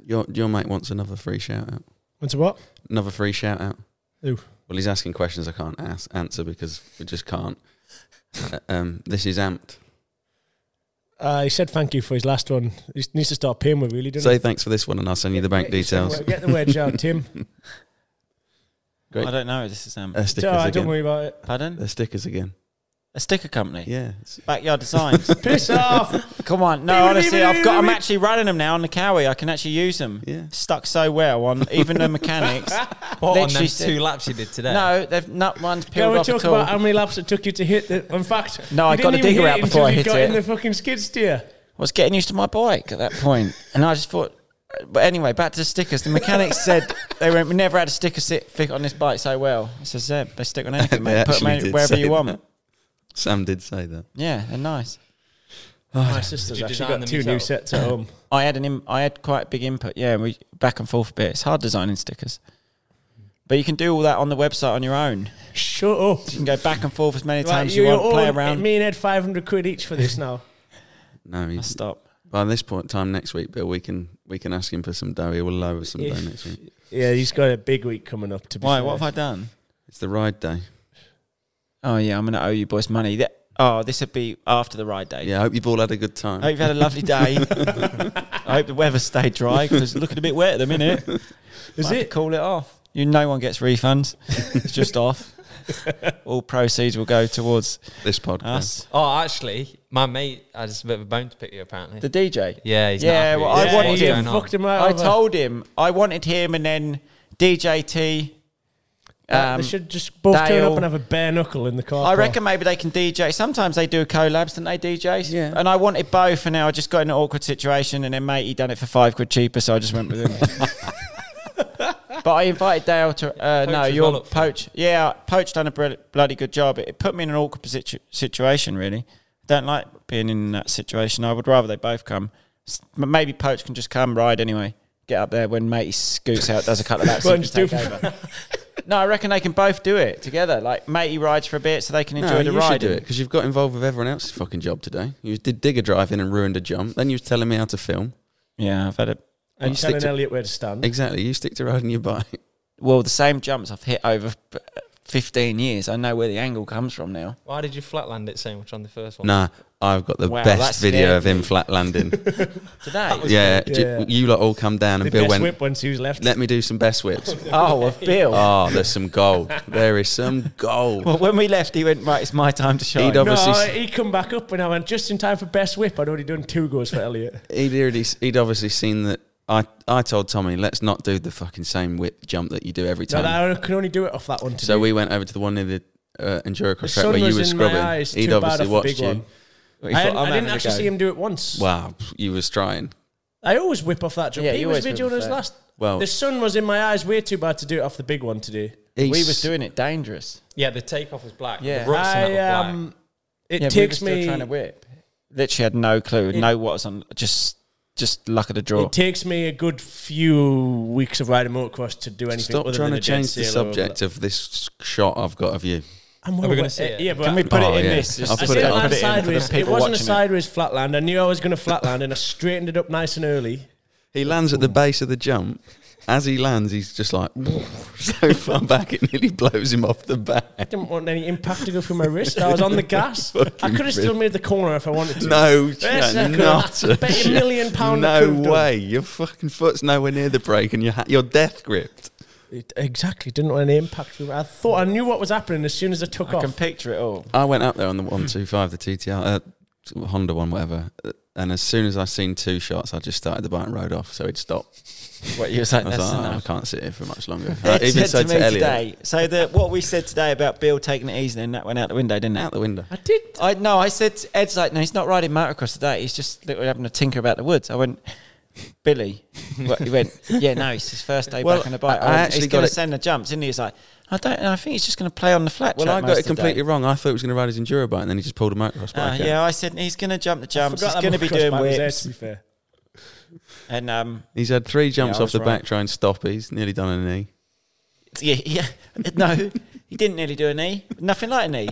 Your your mate wants another free shout out. Went to what? Another free shout out. Who? Well, he's asking questions I can't ask, answer because we just can't. Uh, um, this is amped. Uh, he said thank you for his last one. He needs to start paying with really, doesn't Say he? thanks for this one, and I'll send you the bank Get- get the details. word- Get the wedge out, Tim. Great. I don't know. This is um. Uh, stickers Don't- again. don't worry about it. pardon? They're stickers again. A sticker company. Yeah. it's- Backyard designs. Piss off. Come on. No, honestly, I've got. I'm actually running them now on the cowie. I can actually use them. Yeah. Stuck so well on even the mechanics. What on them Literally said- two laps you did today? No, they've not one's Can peeled we off talk at all. about how um, many laps it took you to hit the. In fact, No, you I got didn't the even digger out it before until I you hit got it. in the fucking skid steer. I was getting used to my bike at that point, and I just thought. But anyway, back to the stickers. The mechanics said they went, we never had a sticker sit fit on this bike so well. It says yeah, they stick on anything, They mate. Put actually them did wherever say you want. that. Sam did say that. Yeah, they're nice. My sister's you actually design got them two new yourself? sets at home. I had an Im- I had quite a big input. Yeah, we back and forth a bit. It's hard designing stickers, but you can do all that on the website on your own. Shut up. You can go back and forth as many Right, times you, want, you're play all- around. Me and Ed, 500 quid each for this now. No, I he's, stop. by this point time next week, Bill, we can we can ask him for some dough. He will lower some dough If- next week. Yeah, he's got a big week coming up. To be Why? fair. What have I done? It's the ride day. Oh yeah, I'm gonna owe you boys money. That- oh, this would be after the ride day. Yeah, I hope you've all had a good I time. hope you've had a lovely day. I hope the weather stayed dry because it's looking a bit wet at the minute. Is Might have to it? Call it off. You, no one gets refunds. it's just off. All proceeds will go towards this podcast. us. Oh, actually, my mate has a bit of a bone to pick you. Apparently, The DJ. yeah, he's not yeah. happy Well, with I what's wanted going him. on. Fucked him out. I of a- told him I wanted him, and then DJT. Uh, Um, they should just both turn Dale- up and have a bare knuckle in the car. I reckon maybe they can DJ. Sometimes they do collabs, don't they, DJs? Yeah. And I wanted both, and now I just got in an awkward situation, and then mate, he done it for five quid cheaper, so I just went with him. but I invited Dale to. Uh, Poach no, was your well up for poach. Yeah, poach done a br- bloody good job. It, it put me in an awkward situ- situation. Really, don't like being in that situation. I would rather they both come. S- m- Maybe poach can just come ride anyway. Get up there when matey scoots out, does a couple of laps. Go and and can take just do- over. No, I reckon they can both do it together. Like matey rides for a bit, so they can enjoy no, the you ride. should do it because you've got involved with everyone else's fucking job today. You did digger driving and ruined a jump. Then you was telling me how to film. Yeah, I've had it. And stick telling to- Elliot where to stand. Exactly. You stick to riding your bike. Well, the same jumps I've hit over uh, 15 years. I know where the angle comes from now. Why did you flatland it so much on the first one? Nah, I've got the Wow, that best scared video of him flat landing. Today. yeah, j- Yeah. you lot all come down and the Bill best went. whip once he was left. Let me do some best whips. Oh, of Bill. Oh, there's some gold. There is some gold. Well, when we left, he went, right, it's my time to shine. He'd no, obviously s- he come back up and I went just in time for best whip. I'd already done two goes for Elliot. he'd already he'd obviously seen that. I I told Tommy, let's not do the fucking same whip jump that you do every No, time. that I can only do it off that one. Today. so we went over to the one near the uh, enduro the cross track sun where you was were in my scrubbing. eyes. he'd too bad obviously off the watched big you. one. He I, thought, "I'm hadn't- I having didn't a actually go." see him do it once. Wow, you was trying. I always whip off that jump. Yeah, he you was always whip videoing off us that. last. Well, The sun was in my eyes. Way too bad to do it off the big one today. We he's- was doing it dangerous. Yeah, the takeoff was black. Yeah. the ruts and I that were um, it Yeah, we takes were still me. trying to whip. Literally had no clue, no what was on, just just luck of the draw. It takes me a good few weeks of riding motocross to do anything. Stop other trying than to a dead change the sailor subject of this shot I've got of you. I'm Are we aware- gonna see it? Yeah, but Can we put Oh, it in yeah. this? I'll I put it didn't on. land Put it in for the sideways. It people wasn't a watching sideways flat land. I knew I was going to flatland, and I straightened it up nice and early. He lands at the base of the jump. As he lands, he's just like so far back it nearly blows him off the I back. didn't want any impact to go through my wrist. I was on the gas. I could have still made the corner if I wanted to. No, Yes, I Jan, could. not a Bet you a million pound I No could've done. way! Your fucking foot's nowhere near the brake, and your ha- your death gripped. It- exactly. Didn't want any impact. through- I thought I knew what was happening as soon as I took I off. can picture it all. I went up there on the one two five, the TTR uh, Honda one, whatever. uh, And as soon as I seen two shots, I just started the bike and rode off. So he'd stop. What you were saying, I was that's like, "Oh, I enough. can't sit here for much longer. I Ed even said said to me to Elliot, today. So the, what we said today about Bill taking it easy, and that went out the window, didn't it? out the window. I did. I no, I said Ed's like, no, he's not riding motocross today. He's just literally having a tinker about the woods. I went, Billy, Well, he went, yeah, no, it's his first day Well, back on the bike. I- I I went, actually he's got going it- to send the jumps, isn't he? He's like, I don't. I think he's just going to play on the flat. Well, track I got most it of the day." completely wrong. I thought he was going to ride his enduro bike, and then he just pulled a motocross Ah, bike. out. yeah, I said he's going to jump the I jumps. He's forgot that going to be motocross doing bike was there, whips. To be fair, And um, He's had three jumps I off was the right. back trying to stop. He's nearly done a knee. yeah, yeah, no, he didn't nearly do a knee. Nothing like a knee.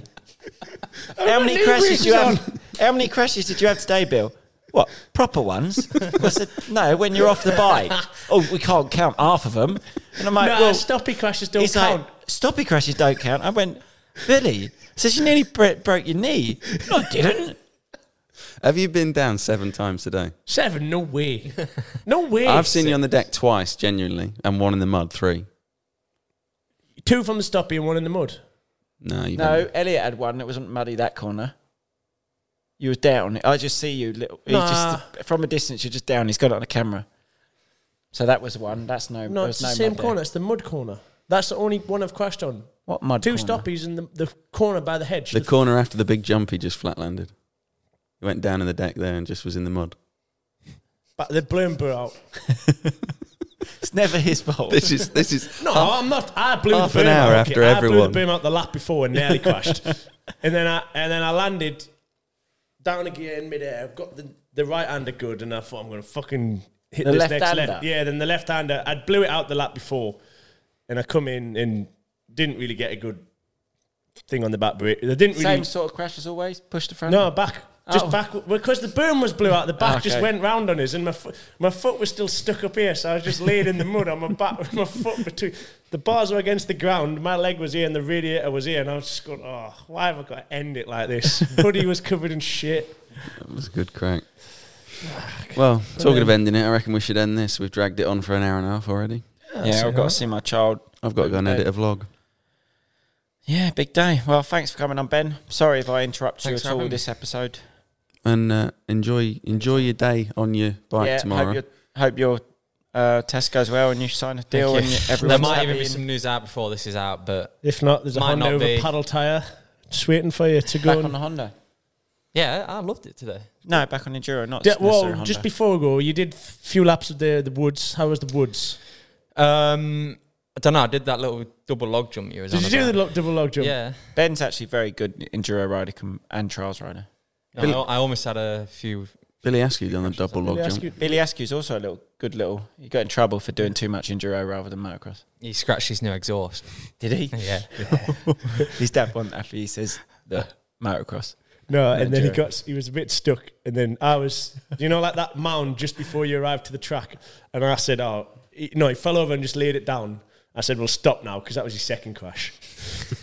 how many crashes do you have? How many crashes did you have today, Bill? What proper ones? I said no. When you're off the bike, oh, we can't count half of them. And I'm like, no, well, stoppy crashes don't He's count. like, stoppy crashes don't count. I went, Billy, says you nearly bre- broke your knee. No, I didn't. Have you been down seven times today? Seven? No way. No way. I've seen you on the deck twice, genuinely, and one in the mud. Three. two from the stoppy and one in the mud. No, you No, Elliot had one. It wasn't muddy that corner. You were down. I just see you. Little, he Nah. just, from a distance, you're just down. He's got it on the camera. So that was one. That's no. No, there was it's the no same mud there. corner. It's the mud corner. That's the only one I've crashed on. What mud? Two corner? stoppies in the, the corner by the hedge. The corner after the big jump, he just flat landed. He went down in the deck there and just was in the mud. but the bloom blew out. It's never his fault. This is this is No, I'm not. I blew half the an boom hour out. okay, after I blew everyone. the boom out the lap before and nearly crashed. and then I and then I landed down again midair. I've got the, the right hander good, and I thought I'm going to fucking hit The this left next left. hander? Yeah, then the left hander. I blew it out the lap before, and I come in and didn't really get a good thing on the back brake. They didn't really same sort of crash as always. Push the front. no, back. Just Oh. back because the boom was blew out. The back just Okay. went round on us, and my foot, my foot was still stuck up here. So I was just laid in the mud on my back with my foot between the bars were against the ground. My leg was here, and the radiator was here, and I was just going, "Oh, why have I got to end it like this?" Hoodie was covered in shit. that was a good crack. Ah, Well, talking of ending it, I reckon we should end this. We've dragged it on for an hour and a half already. Yeah, I've got to see my child. I've got to go and edit a vlog. Yeah, big day. Well, thanks for coming on, Ben. Sorry if I interrupt you Thanks for at all having me. this episode. And uh, enjoy enjoy your day on your bike yeah, tomorrow. hope your hope your uh, test goes well and you sign a deal Thank and you. you, there everyone's might happy. even be and some news out before this is out, but If not, there's a Might Honda not over be. paddle tire just waiting for you to back go. on the And, Honda. yeah, I loved it today. No, back on enduro, not yeah, necessarily well, Honda. just before we go, you did a few laps of the the woods. How was the woods? Um, I don't know. I did that little double log jump you was Did on you do the about. lo- double log jump? Yeah. Ben's actually very good enduro rider com- and trials rider. No, I, I almost had a few. Billy Askew done the double Did they log ask jump. you- Billy Askew's also a little good little. He got in trouble for doing too much enduro rather than motocross. He scratched his new exhaust. Did he? Yeah. His dad won that. He says the motocross. No, and then he Nigeria. got he was a bit stuck, and then I was, you know, like that mound just before you arrived to the track, and I said, "Oh, he, no!" He fell over and just laid it down. I said, "Well, stop now," because that was his second crash.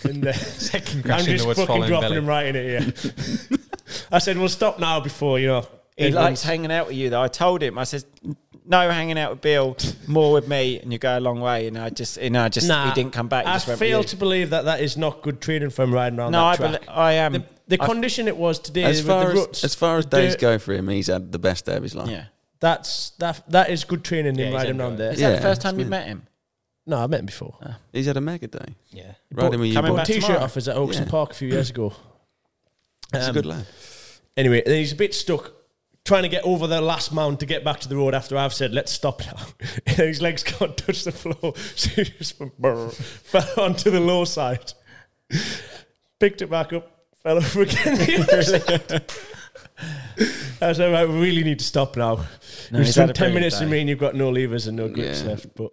And then second crash I'm in the just woods fucking following dropping Billy. him right in it. Yeah, I said, "Well, stop now," before you know. He likes hanging out with you though. I told him. I said no hanging out with Bill, more with me, and you go a long way. And I just, you know, I just he didn't come back. He I just went with fail you. to believe that that is not good training from riding around. No, I, that bel track. I am. the, the I- condition it was today As with far the as, ruts, as far as the days dirt, go for him, he's had the best day of his life. yeah. That's that that is good training Yeah, him he's riding around enjoying there. Is Yeah, that the first that's time you me. met him? No, I met him before. He's had a mega day. yeah. Riding with you, coming boy. back T-shirt tomorrow. off us at Oxon Yeah. Park a few years ago. It's a Um, good lad. Anyway, then he's a bit stuck trying to get over the last mound to get back to the road after I've said, let's stop now. and his legs can't touch the floor. So he just went, brr, fell onto the low side. Picked it back up, fell over again. the other side. I was like, right, we really need to stop now. No, We've he's had spent a 10 brilliant minutes in day. me and you've got no levers and no grips Yeah. left. But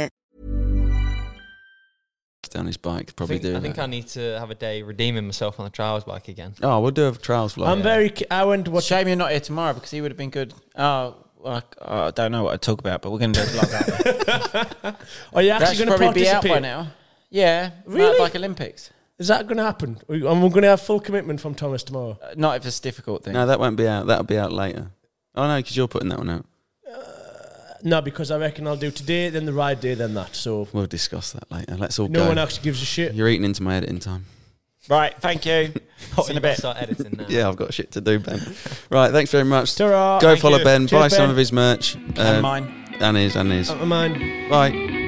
Down his bike, I probably think, do. I, think that. I need to have a day redeeming myself on the trials bike again. Oh, we'll do a trials vlog. I'm very... ca- I went to Well, watch... shame you're not here tomorrow because he would have been good. Oh, well, I, I don't know what to talk about, but we're going to do a vlog. aren't we? Are you That actually should going to probably be out by participate? now. Yeah, Really? Like Olympics. Is that going to happen? Are we- And we're going to have full commitment from Thomas tomorrow. Uh, Not if it's a difficult thing. No, that won't be out. That'll be out later. Oh no, because you're putting that one out. No, because I reckon I'll do today, then the ride day, then that. So We'll discuss that later. Let's all no go. one actually gives a shit. You're eating into my editing time. Right, thank you. Oh, in you a better bit. start editing now. Yeah, I've got shit to do, Ben. right, thanks very much. Ta-ra. Go Thank follow you. Ben, Cheers, buy some Ben. of Uh, his merch. and mine. Oh. And his, and his. Don't mind. Bye.